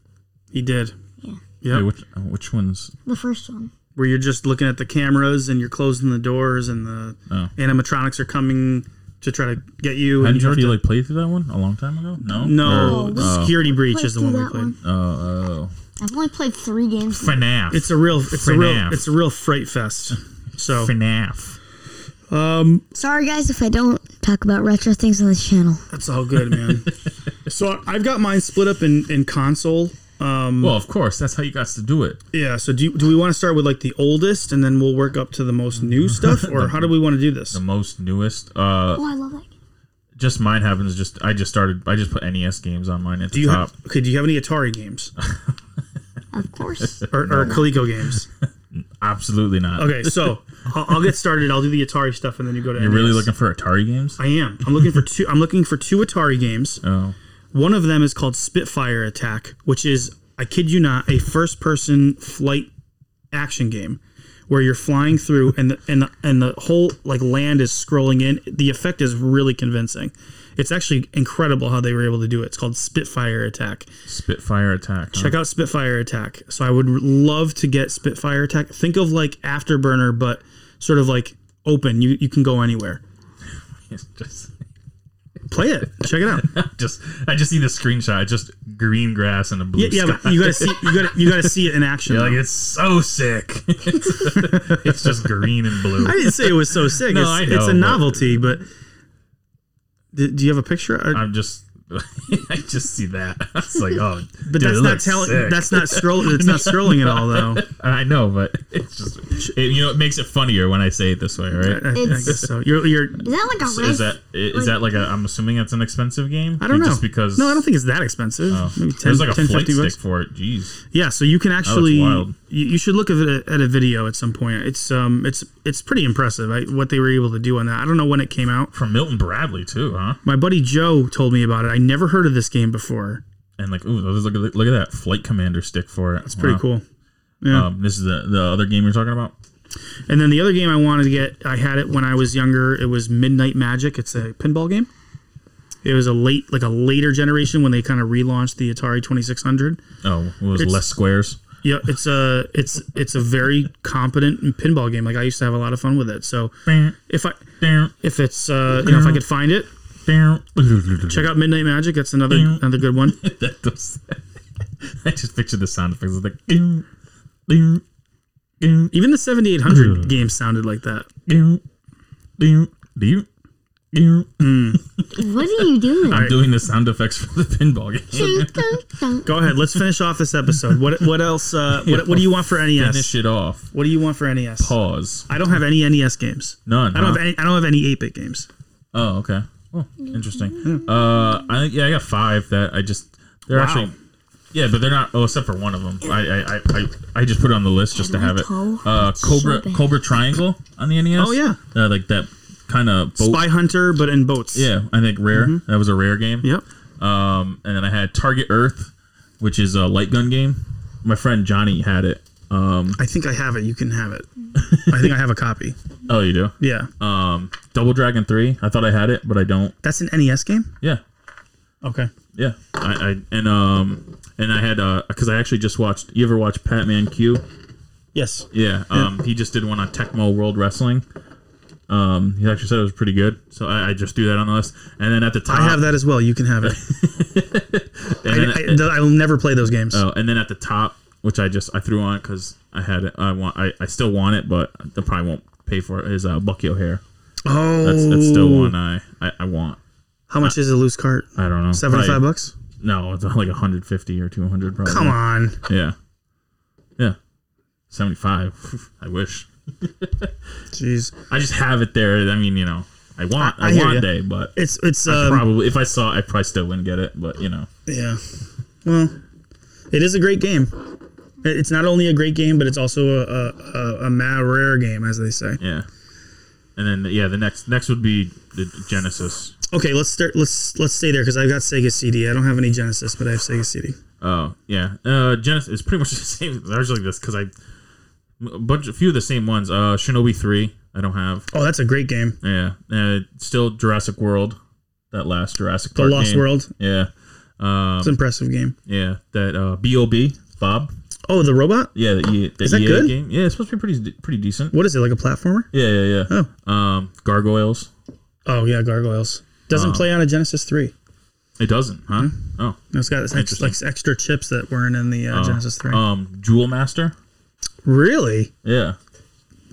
S1: He did.
S2: Yeah.
S1: Yeah.
S2: which, uh, which one's?
S3: the first one.
S1: where you're just looking at the cameras and you're closing the doors and the
S2: Oh.
S1: animatronics are coming to try to get you.
S2: How
S1: And
S2: did
S1: you
S2: you
S1: have
S2: Oh. already
S1: to-
S2: like play through that one a long time ago? No.
S1: no,
S3: No,
S1: the
S3: we-
S1: security breach
S3: played
S1: is the one
S3: through
S1: we
S3: that
S1: played.
S3: one.
S2: Or, oh, oh.
S3: I've only played three games.
S2: FNAF.
S1: It's a real, it's a real,
S2: FNAF.
S1: it's a real fright fest. So
S2: FNAF.
S3: Sorry, guys, if I don't talk about retro things on this channel.
S1: that's all good, man. so I've got mine split up in in console. Um,
S2: Well, of course, that's how you got to do it.
S1: yeah. So do you, do we want to start with like the oldest and then we'll work up to the most new stuff, or how do we want to do this?
S2: Mm-hmm. The most newest. Uh,
S3: Oh, I love that.
S2: just mine happens. Just I just started. I just put NES games on mine at
S1: Do you
S2: the top.
S1: have okay? Do you have any Atari games
S3: Of course.
S1: or, or Coleco games?
S2: Absolutely not.
S1: Okay, so I'll, I'll get started. I'll do the Atari stuff, and then you go to.
S2: You're really
S1: NES.
S2: looking for Atari games?
S1: I am. I'm looking for two. I'm looking for two Atari games.
S2: Oh,
S1: One of them is called Spitfire Attack, which is I kid you not, a first-person flight action game where you're flying through and the, and the, and the whole like land is scrolling in. The effect is really convincing. It's actually incredible how they were able to do it. It's called Spitfire Attack.
S2: Spitfire Attack. huh?
S1: Check out Spitfire Attack. So I would love to get Spitfire Attack. Think of like Afterburner, but sort of like open. You you can go anywhere.
S2: It's just,
S1: Play it. Check it out.
S2: just, I just see the screenshot. It's Just green grass and a blue
S1: Yeah, yeah,
S2: sky.
S1: but you gotta see you gotta you gotta see it in action.
S2: Like
S1: though.
S2: it's so sick. it's just green and blue.
S1: I didn't say it was so sick.
S2: No,
S1: it's,
S2: I know,
S1: it's a
S2: but-
S1: novelty, but, do, do you have a picture? Uh, Or-
S2: I'm just, I just see that. It's like, oh,
S1: but that's not telling. That's not scrolling. It's not scrolling at all, though.
S2: I know, but it's just, it, you know, it makes it funnier when I say it this way, right?
S1: I, I
S3: It's-
S1: guess so. You're, you're.
S3: Is that like a
S2: So
S3: red?
S2: Is that is that like a? I'm assuming that's an expensive game.
S1: I don't know.
S2: Just because
S1: No, I don't think it's that expensive.
S2: Oh.
S1: Maybe 10,
S2: There's like a
S1: 10,
S2: flight
S1: 50
S2: stick
S1: bucks.
S2: for it. Jeez.
S1: Yeah, so you can actually
S2: wild.
S1: you, you should look at a, at a video at some point. It's um it's it's pretty impressive I, what they were able to do on that. I don't know when it came out.
S2: From Milton Bradley too, huh?
S1: My buddy Joe told me about it. I never heard of this game before.
S2: And like, ooh, look at look at that flight commander stick for it. That's
S1: Pretty cool. Yeah.
S2: Um, this is the the other game you're talking about.
S1: And then the other game I wanted to get, I had it when I was younger. It was Midnight Magic. It's a pinball game. It was a late, like a later generation when they kind of relaunched the Atari Twenty Six Hundred.
S2: Oh, it was
S1: It's-
S2: less squares.
S1: Yeah, it's a it's it's a very competent pinball game. Like I used to have a lot of fun with it. So if I if it's uh, you know if I could find it, check
S2: Check
S1: out Midnight Magic. That's another another good one.
S2: that does, I just pictured the sound effects. It's like ding, ding, ding,
S1: Even the seventy eight hundred game sounded like that.
S2: ding, ding, ding, ding.
S3: what are you doing?
S2: I'm doing the sound effects for the pinball game.
S3: Dun, dun, dun.
S1: Go ahead. Let's finish off this episode. What what else? Uh, what, what do you want for
S2: Finish
S1: NES?
S2: it off.
S1: What do you want for NES?
S2: Pause.
S1: I don't have any NES games.
S2: None.
S1: I don't
S2: huh?
S1: have any. I don't have any eight bit games.
S2: Oh, okay. Oh, interesting. Uh, I yeah, I got five that I just they're
S1: Hmm. Wow.
S2: actually Yeah, but they're not. Oh, except for one of them. I I, I, I, I just put it on the list just to
S3: Yeah, my
S2: have it.
S3: toe
S2: Uh,
S3: hurts so
S2: Cobra
S3: bad.
S2: Cobra Triangle on the NES.
S1: Oh, yeah.
S2: uh, like that kind of boat.
S1: Spy Hunter, but in boats.
S2: Yeah, I think rare. That was a rare game.
S1: Mm-hmm. Yep.
S2: Um, and then I had Target Earth, which is a light gun game. My friend Johnny had it. Um,
S1: I think I have it. You can have it. I think I have a copy.
S2: oh, you do.
S1: Yeah.
S2: Um, Double Dragon Three. I thought I had it, but I don't.
S1: That's an NES game?
S2: Yeah,
S1: Okay.
S2: yeah. I, I and um and I had uh because I actually just watched. You ever watch Pat Man Q?
S1: Yes.
S2: Yeah. Um, he just did one on Tecmo World Wrestling. Um, he actually said it was pretty good, so I, I just threw that on the list. And then at the top,
S1: I have that as well. You can have it.
S2: And
S1: I,
S2: then-
S1: I, th- I will never play those games.
S2: Oh, and then at the top, which I just I threw on because I had it. I want. I, I still want it, but I probably won't pay for it. Is uh, Bucky O'Hare?
S1: oh,
S2: That's, that's still one I, I I want.
S1: How much is a loose cart?
S2: I don't know.
S1: Seventy-five
S2: Probably-
S1: bucks.
S2: No, it's like 150 or 200. Probably.
S1: Come on.
S2: Yeah. Yeah. 75. I wish.
S1: Jeez.
S2: I just have it there. I mean, you know, I want.
S1: I-
S2: I,
S1: I hear
S2: want
S1: ya.
S2: day, but
S1: It's it's um,
S2: probably if I saw, it, I probably still wouldn't get it. But you know,
S1: yeah. Well, it is a great game. It- It's not only a great game, but it's also a a, a, a mad rare game, as they say.
S2: yeah. And then yeah, the next next would be the Genesis.
S1: Okay, let's start. Let's let's stay there because I've got Sega CD. I don't have any Genesis, but I have Sega CD.
S2: Oh yeah, uh, Genesis is pretty much the same. Largely like this because I a bunch, a few of the same ones. Uh, Shinobi three, I don't have.
S1: Oh, that's a great game.
S2: Yeah, uh, still Jurassic World, that last Jurassic
S1: The
S2: Park
S1: Lost
S2: game.
S1: World.
S2: Yeah, um,
S1: It's an impressive game.
S2: yeah, that uh, Bob Bob.
S1: Oh, the robot.
S2: Yeah, the, E- the
S1: Is that
S2: EA
S1: good?
S2: game. Yeah, it's supposed to be pretty pretty decent.
S1: What is it like a platformer?
S2: Yeah, yeah, yeah. Um, Gargoyles.
S1: Oh yeah, Gargoyles.
S2: Um,
S1: Doesn't play on a Genesis three.
S2: It doesn't, huh? Oh,
S1: It's got ex-
S2: Interesting.
S1: like extra chips that weren't in the uh, Genesis three.
S2: um, Jewel Master.
S1: really?
S2: Yeah.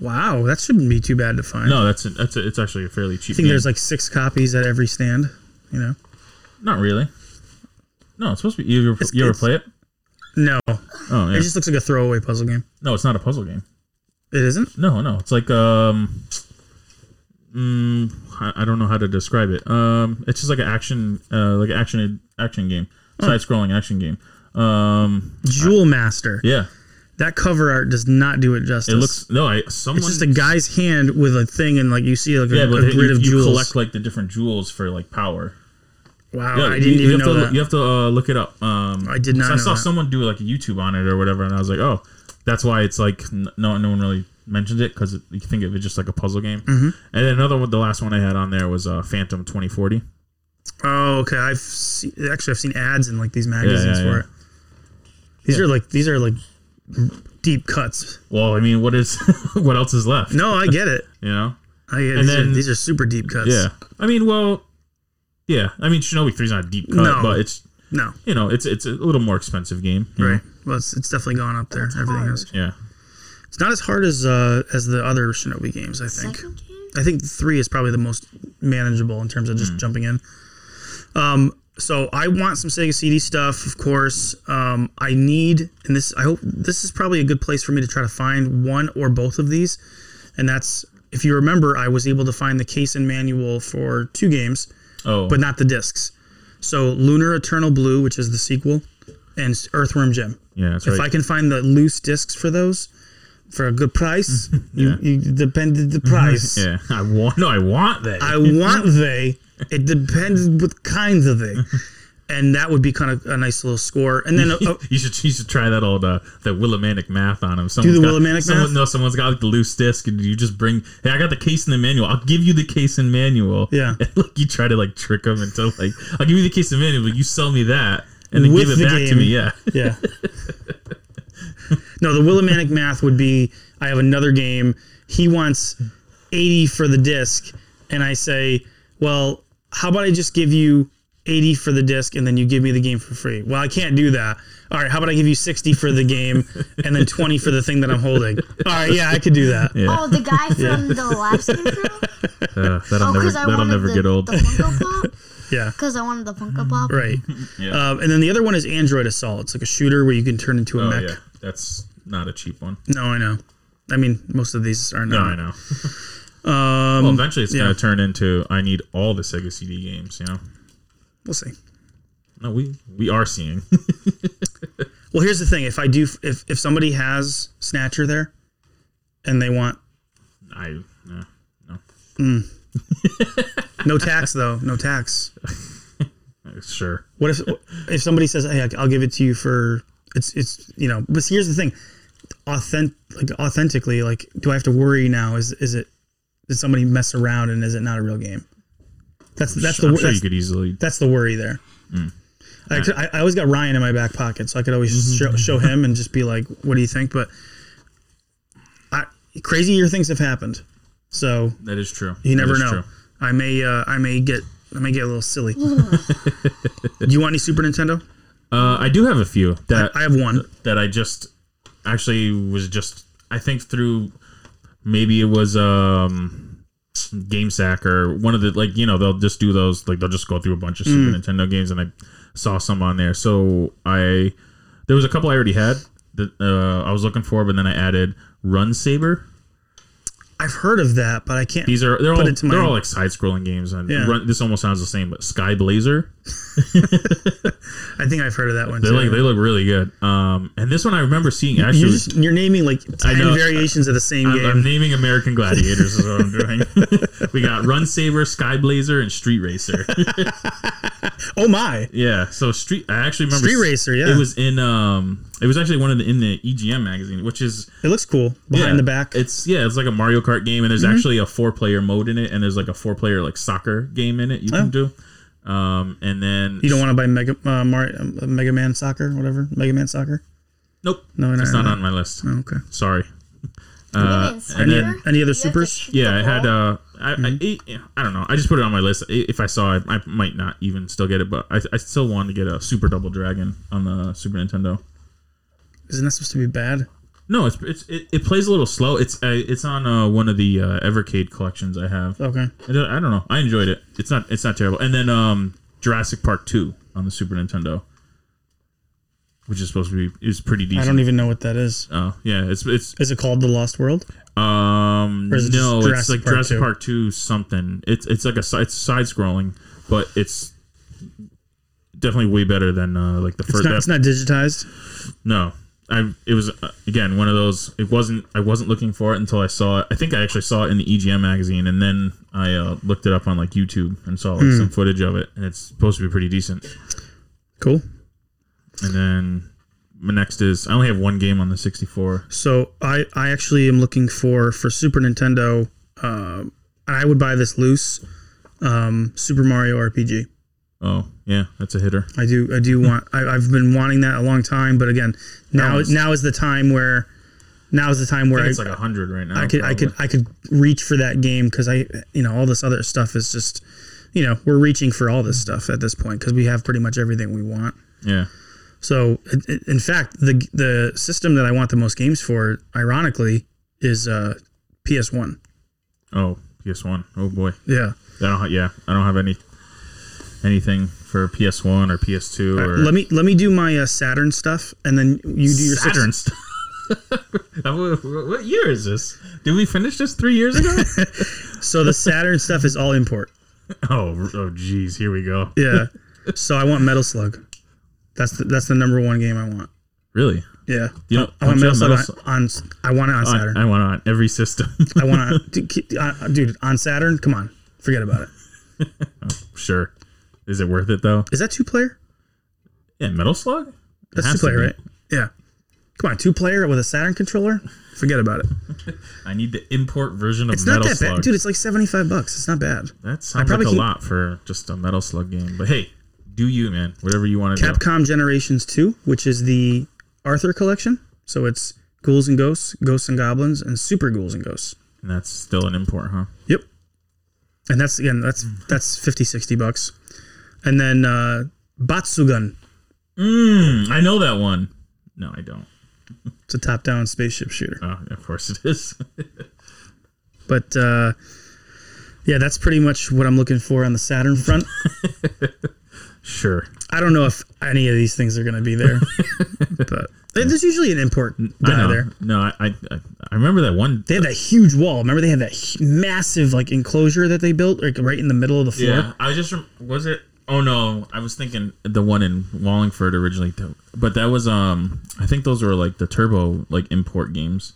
S1: Wow, that shouldn't be too bad to find.
S2: No, that's a, that's a, it's actually a fairly cheap.
S1: I think
S2: game.
S1: there's like six copies at every stand. You know?
S2: Not really. No, it's supposed to be. You ever,
S1: It's-
S2: you ever
S1: it's-
S2: play it?
S1: No,
S2: Oh yeah.
S1: it just looks like a throwaway puzzle game.
S2: no, it's not a puzzle game.
S1: It isn't.
S2: No, no, it's like um, mm, I, I don't know how to describe it. Um, it's just like an action, uh, like an action action game,
S1: Hmm.
S2: side-scrolling action game. Um,
S1: Jewel Master.
S2: yeah,
S1: That cover art does not do it justice.
S2: it looks no. I someone
S1: It's just a guy's hand with a thing, and like you see like a,
S2: yeah, but
S1: a
S2: you,
S1: grid of
S2: you
S1: jewels.
S2: collect like the different jewels for like power.
S1: wow,
S2: Yeah,
S1: I didn't
S2: you, you
S1: even
S2: have
S1: know
S2: to,
S1: that.
S2: You have to uh, look it up. Um,
S1: I did not
S2: so I
S1: know
S2: saw
S1: that.
S2: someone do like a YouTube on it or whatever, and I was like, oh, that's why it's like n- no, no one really mentioned it because you think of it just like a puzzle game.
S1: Mm-hmm.
S2: And then another one, the last one I had on there was uh, Phantom 2040.
S1: Oh, okay. I've seen, actually I've seen ads in like these magazines
S2: yeah, yeah.
S1: for it. These are like these are like deep cuts.
S2: Well, I mean, what is what else is left?
S1: No, I get it.
S2: You know?
S1: I get it.
S2: And
S1: These, are,
S2: then-
S1: these are super deep cuts.
S2: Yeah. I mean, well, yeah. I mean, Shinobi 3 is not a deep cut,
S1: No.
S2: but it's
S1: No.
S2: you know, it's it's a little more expensive game. you know?
S1: Right. Well, it's, it's definitely gone up there.
S3: It's
S1: Everything
S3: hard.
S1: else.
S2: Yeah.
S1: It's not as hard as uh, as the other Shinobi games. I think.
S3: Second game?
S1: I think three is probably the most manageable in terms of
S2: Mm.
S1: just jumping in. Um, so I want some Sega CD stuff, of course. Um, I need, and this I hope this is probably a good place for me to try to find one or both of these. And that's if you remember, I was able to find the case and manual for two games,
S2: Oh,
S1: but not the discs. So Lunar Eternal Blue, which is the sequel, and Earthworm Jim.
S2: yeah, that's
S1: If
S2: right.
S1: I can find the loose discs for those for a good price, you, you depended the price.
S2: yeah, I want. No, I want that.
S1: I want they. It depends what kinds of they. And that would be kind of a nice little score. And then, uh,
S2: you should you should try that old uh, that Willimantic math on him. Someone's
S1: the
S2: got,
S1: Willimantic
S2: someone,
S1: math?
S2: No, someone's got like the loose disc, and you just bring. Hey, I got the case and the manual. I'll give you the case and manual.
S1: Yeah.
S2: and, like you try to like trick them until like I'll give you the case and manual, but you sell me that and then
S1: With
S2: give it
S1: the
S2: back to
S1: game.
S2: me. Yeah,
S1: yeah. No, the Willimantic math would be I have another game. He wants 80 for the disc. And I say, well, how about I just give you 80 for the disc and then you give me the game for free? Well, I can't do that. All right, how about I give you 60 for the game and then 20 for the thing that I'm holding? All right, yeah, I could do that.
S2: Yeah.
S3: Oh, the guy from the live stream crew?
S2: Uh, that'll
S3: Oh,
S2: never
S3: because I
S2: that'll
S3: wanted
S2: never
S3: the,
S2: get old.
S3: the Funko Pop.
S1: Yeah.
S3: Because I wanted the Funko Pop.
S1: Right.
S2: Yeah.
S1: Um, and then the other one is Android Assault. It's like a shooter where you can turn into a
S2: oh
S1: mech.
S2: yeah, that's not a cheap one.
S1: No, I know. I mean, most of these are
S2: No,
S1: not.
S2: I know.
S1: Um,
S2: Well, eventually it's
S1: yeah.
S2: gonna turn into I need all the Sega CD games. You know,
S1: We'll see.
S2: no, we we are seeing.
S1: Well, here's the thing: if I do, if if somebody has Snatcher there, and they want
S2: I no, no.
S1: no tax though, no tax.
S2: Uh, Sure.
S1: What if if somebody says, "Hey, I'll give it to you for it's it's you know"? But here's the thing: authentic, like authentically, like do I have to worry now? Is is it did somebody mess around and is it not a real game? That's that's
S2: I'm
S1: the
S2: sure
S1: that's,
S2: you could easily
S1: that's the worry there.
S2: Mm.
S1: I, could- I, I always got Ryan in my back pocket, so I could always show, show him and just be like, "What do you think?" But I, crazier things have happened, so
S2: that is true.
S1: you
S2: That
S1: never
S2: is
S1: know.
S2: true.
S1: I may uh, I may get I may get a little silly. Do you want any Super Nintendo?
S2: Uh, I do have a few that
S1: I have one.
S2: that I just actually was just I think through maybe it was um GameSack or one of the like you know they'll just do those like they'll just go through a bunch of
S1: Hmm.
S2: Super Nintendo games and I saw some on there so I there was a couple I already had that uh, I was looking for but then I added Run Saber
S1: I've heard of that, but I can't.
S2: these are they're
S1: Put
S2: all
S1: it to my-
S2: they're all like side scrolling games and
S1: Yeah.
S2: Run, this almost sounds the same but Sky Blazer
S1: I think I've heard of that one
S2: they
S1: too.
S2: like they look really good um and this one I remember seeing actually
S1: you're
S2: was-
S1: just you're naming like ten
S2: know.
S1: variations of the same
S2: I'm,
S1: game.
S2: I'm naming American Gladiators is what I'm doing. we got Run Saver, Sky Blazer, and Street Racer.
S1: oh my!
S2: yeah, so Street. I actually remember
S1: Street Racer, yeah.
S2: it was in um, it was actually one of the in the EGM magazine, which is
S1: It looks cool behind
S2: yeah,
S1: the back. Mm-hmm.
S2: It's yeah, it's like a Mario Kart game, and there's actually a four player mode in it, and there's like a four player like soccer game in it you can do. Um, and then
S1: Oh. you don't want to buy Mega uh, Mar- uh, Mega Man Soccer, whatever Mega Man Soccer.
S2: nope,
S1: No, no,
S2: it's
S1: no, no.
S2: not
S1: Oh.
S2: on my list.
S1: Okay.
S2: Sorry. Uh,
S3: Yes,
S2: and then
S1: Any
S3: soccer?
S1: other
S3: You have to
S1: supers?
S3: hit
S2: Yeah,
S3: the
S2: I had.
S3: ball.
S2: Uh, I,
S1: Hmm?
S2: I, I don't know. I just put it on my list. I- If I saw it, I might not even still get it, but I, I still wanted to get a Super Double Dragon on the Super Nintendo.
S1: Isn't that supposed to be bad?
S2: No, it's, it's it, it plays a little slow. It's uh, it's on uh, one of the uh, Evercade collections I have. uh,
S1: Okay.
S2: I don't I don't know. I enjoyed it. It's not it's not terrible. And then um, Jurassic Park Two on the Super Nintendo, which is supposed to be is pretty
S1: I
S2: decent.
S1: don't even know what that is.
S2: Oh yeah, it's it's
S1: Is it called The Lost World?
S2: Um,
S1: Or is it just
S2: no,
S1: Jurassic
S2: it's like
S1: Park
S2: Jurassic
S1: 2?
S2: Park Two something. It's it's like a si- it's side scrolling, but it's definitely way better than uh, like the
S1: It's
S2: first.
S1: not, it's
S2: that-
S1: not digitized.
S2: no, I it was uh, again one of those. It wasn't. I wasn't looking for it until I saw it. I think I actually saw it in the EGM magazine, and then I uh, looked it up on like YouTube and saw like
S1: Hmm.
S2: some footage of it, and it's supposed to be pretty decent.
S1: Cool.
S2: And then my next is I only have one game on the 64.
S1: So I, I actually am looking for for Super Nintendo. Um, and I would buy this loose. Um, Super Mario RPG.
S2: Oh yeah, that's a hitter.
S1: I do I do want. I, I've been wanting that a long time, but again, now
S2: Nice.
S1: now is the time where now is the time
S2: I
S1: where
S2: think
S1: I,
S2: it's like hundred right now.
S1: I could I could I could reach for that game because I you know all this other stuff is just you know we're reaching for all this stuff at this point because we have pretty much everything we want.
S2: yeah.
S1: So, i- i- in fact, the the system that I want the most games for, ironically, is uh, PS One.
S2: Oh, PS One. Oh boy,
S1: Yeah.
S2: I don't. Ha- yeah, I don't have any anything for PS One or PS Two or
S1: Let me let me do my uh, Saturn stuff, and then you do your six-
S2: Saturn stuff. what what year is this? Did we finish this three years ago?
S1: So the Saturn stuff is all import.
S2: oh, oh, geez, here we go.
S1: Yeah. so I want Metal Slug. That's the, that's the number one game I want.
S2: Really?
S1: Yeah.
S2: You know,
S1: I want Metal
S2: don't you
S1: Slug
S2: have
S1: on, on s- I want it on
S2: Metal Slug?
S1: Saturn.
S2: I, I want it on every system.
S1: I want to dude, keep- uh, dude on Saturn. Come on, forget about it.
S2: sure. Is it worth it though?
S1: Is that two player?
S2: Yeah, Metal Slug. It
S1: That's
S2: has
S1: two
S2: to
S1: player,
S2: be.
S1: right? Yeah. Come on, two player with a Saturn controller. Forget about it.
S2: I need the import version of
S1: It's
S2: Metal
S1: not that
S2: Slug.
S1: bad, dude. It's like seventy five bucks. It's not bad.
S2: That sounds like
S1: probably
S2: a
S1: can-
S2: lot for just a Metal Slug game. But hey, do you, man? Whatever you want to do.
S1: Capcom Generations Two, which is the Arthur collection, so it's Ghouls and Ghosts, Ghosts and Goblins, and Super Ghouls and Ghosts.
S2: And that's still an import, huh?
S1: Yep. And that's again, that's
S2: Hmm.
S1: that's 50, 60 bucks. And then uh, Batsugan,
S2: Mm, I know that one. No, I don't.
S1: it's a top down spaceship shooter.
S2: Oh, of course it is.
S1: But uh, yeah, that's pretty much what I'm looking for on the Saturn front.
S2: sure.
S1: I don't know if any of these things are going to be there, but there's usually an import
S2: I
S1: guy
S2: know.
S1: there.
S2: No, I, I I remember that one.
S1: They had that huge wall. Remember, they had that hu- massive like enclosure that they built like right in the middle of the floor.
S2: I just rem- was it. Oh no, I was thinking the one in Wallingford originally, though. but that was um. I think those were like the turbo like import games.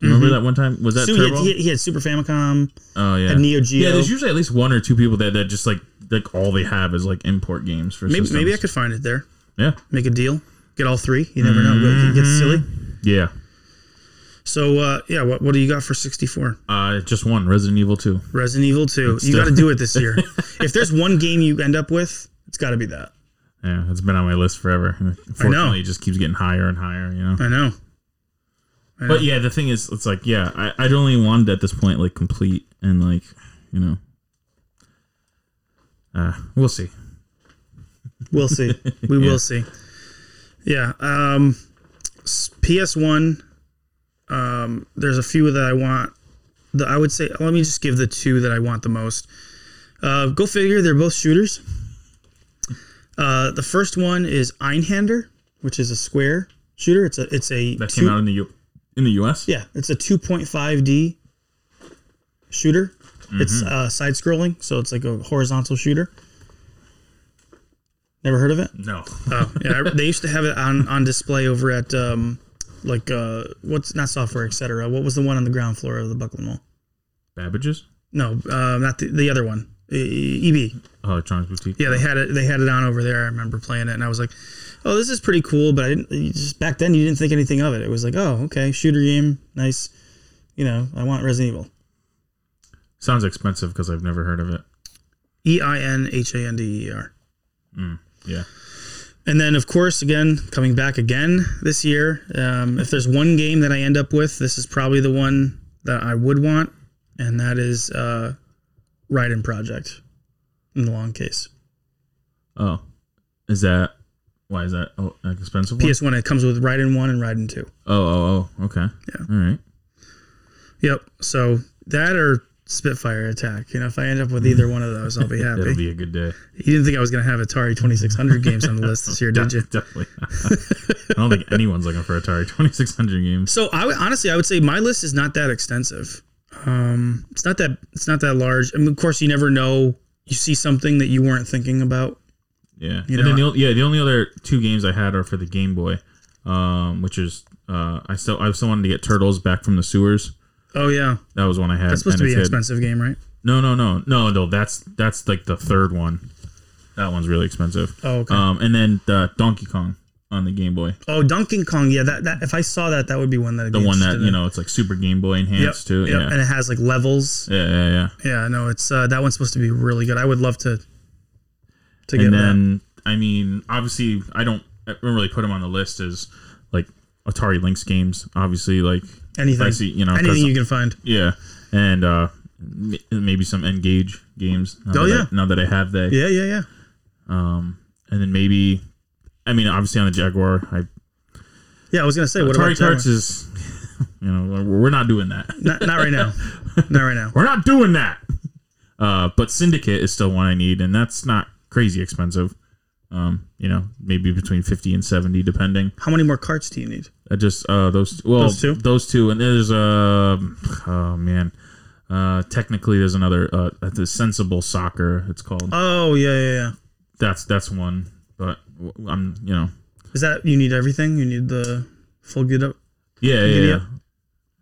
S2: Do you remember that one time? Was that
S1: So he,
S2: turbo?
S1: had, he, had, he had Super Famicom,
S2: oh yeah,
S1: had Neo Geo.
S2: Yeah, there's usually at least one or two people that, that just like like all they have is like import games for
S1: maybe,
S2: systems.
S1: maybe I could find it there.
S2: Yeah,
S1: Make a deal. Get all three. You never know. It gets silly.
S2: yeah.
S1: So uh, yeah, what what do you got for 64?
S2: Uh, just one Resident Evil Two.
S1: Resident Evil 2. You
S2: still-
S1: got to do it this year. if there's one game you end up with, it's got to be that.
S2: Yeah, it's been on my list forever. Unfortunately, it just keeps getting higher and higher. You know.
S1: I know.
S2: But yeah, the thing is, it's like, yeah, I, I'd only wanted at this point like complete and like, you know, uh, we'll see.
S1: We'll see. We will see. Yeah. Um, s- PS1. Um, there's a few that I want. The, I would say let me just give the two that I want the most. Uh, go figure. They're both shooters. Uh, the first one is Einhander, which is a square shooter. It's a it's a
S2: That
S1: two-
S2: came out in the U- in the U.S.
S1: Yeah, it's a 2.5D shooter. It's
S2: Mm-hmm.
S1: uh, side scrolling, so it's like a horizontal shooter. Never heard of it?
S2: No.
S1: Oh, yeah. I- they used to have it on, on display over at, um, like, uh, what's not software, etc. What was the one on the ground floor of the Buckland Mall?
S2: Babbage's.
S1: No, uh, not the, the other one. E- EB.
S2: Oh, Electronics Boutique.
S1: Yeah, they had it. They had it on over there. I remember playing it, and I was like, "Oh, this is pretty cool." But I didn't you just back then. You didn't think anything of it. It was like, "Oh, okay, shooter game, nice." You know, I want Resident Evil.
S2: Sounds expensive because I've never heard of it.
S1: E I N H A N D E R.
S2: Yeah.
S1: And then, of course, again coming back again this year. Um, if there's one game that I end up with, this is probably the one that I would want, and that is uh, Raiden Project, in the long case.
S2: Oh, is that why is that oh, an expensive one?
S1: PS One. It comes with Raiden One and Raiden Two.
S2: Oh, oh, oh. Okay.
S1: Yeah.
S2: All right.
S1: Yep. So that or Spitfire Attack. You know, if I end up with either one of those, I'll be happy.
S2: Hmm. It'll be a good day.
S1: you didn't think I was going to have Atari 2600 games on the list this year, did you?
S2: Definitely. I don't think anyone's looking for Atari 2600 games.
S1: So I would, honestly, I would say my list is not that extensive. Um, it's not that it's not that large. I mean, of course, you never know. You see something that you weren't thinking about.
S2: Yeah,
S1: You
S2: and
S1: know,
S2: then the, o- yeah, the only other two games I had are for the Game Boy, um, which is uh, I still I still wanted to get Turtles back from the sewers.
S1: Oh yeah,
S2: That was one I had.
S1: that's supposed to
S2: and
S1: be
S2: it
S1: an
S2: said-
S1: expensive game, right?
S2: No, no, no, no, no. That's that's like the third one. That one's really expensive.
S1: Oh, okay.
S2: Um, and then the Donkey Kong on the Game Boy,
S1: Oh, Donkey Kong. Yeah, that, that if I saw that, that would be one that I'd
S2: the
S1: be
S2: one that
S1: interested
S2: you
S1: in.
S2: know it's like Super Game Boy enhanced too.
S1: Yep,
S2: Yeah.
S1: and it has like levels.
S2: yeah, yeah, yeah.
S1: Yeah, no, it's uh, that one's supposed to be really good. I would love to to get
S2: and
S1: that.
S2: then I mean, obviously, I don't I don't really put them on the list as like Atari Lynx games. Obviously, like
S1: anything.
S2: I see, you know, 'cause
S1: anything you can find.
S2: Yeah, and uh, m- maybe some engage E games. now
S1: Oh,
S2: that I-
S1: yeah.
S2: now that I have that,
S1: Yeah, yeah, yeah.
S2: um, and then maybe, I mean, obviously on the Jaguar, I
S1: Yeah, I was gonna say, what
S2: Uh, Atari
S1: about
S2: carts
S1: that
S2: is, you know, we're we're not doing that.
S1: one? not, not right now, not right now.
S2: We're not doing that. Uh, but Syndicate is still one I need, and that's not crazy expensive. Um, you know, maybe between fifty and seventy, depending.
S1: How many more carts do you need?
S2: I just uh, those well,
S1: Those
S2: those
S1: two?
S2: two, and there's um, oh man, uh, technically there's another uh, the Sensible Soccer. It's called.
S1: Oh yeah, yeah, yeah.
S2: that's that's one. But w- I'm you know
S1: Is that you need everything? You need the full get up.
S2: yeah yeah
S1: Giddy
S2: yeah,
S1: up.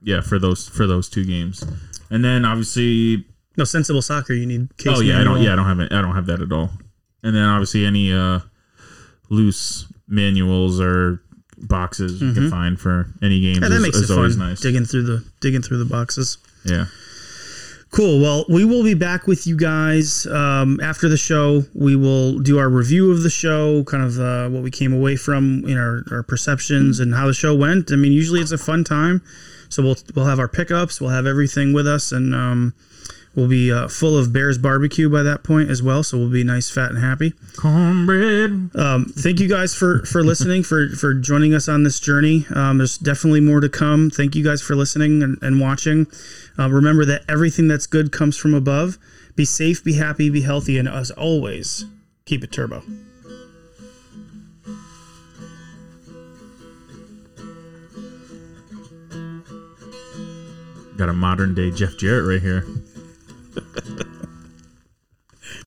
S2: yeah for those for those two games, and then obviously
S1: No sensible soccer. You need. Case
S2: oh yeah
S1: manual.
S2: I don't yeah I don't have it I don't have that at all, and then obviously any uh loose manuals or boxes you can find for any games
S1: Mm-hmm. Yeah,
S2: is,
S1: that makes
S2: is
S1: it
S2: always
S1: fun.
S2: nice.
S1: Digging through the digging through the boxes.
S2: yeah.
S1: Cool. Well, we will be back with you guys um, after the show. We will do our review of the show, kind of uh, what we came away from in our, our perceptions and how the show went. I mean, usually it's a fun time, so we'll we'll have our pickups, we'll have everything with us, and um, we'll be uh, full of Bears barbecue by that point as well. So we'll be nice, fat, and happy.
S2: Cornbread.
S1: Um, thank you guys for for listening for for joining us on this journey. Um, there's definitely more to come. Thank you guys for listening and, and watching. Uh, remember that everything that's good comes from above. Be safe, be happy, be healthy, and as always, keep it turbo.
S2: Got a modern day Jeff Jarrett right here.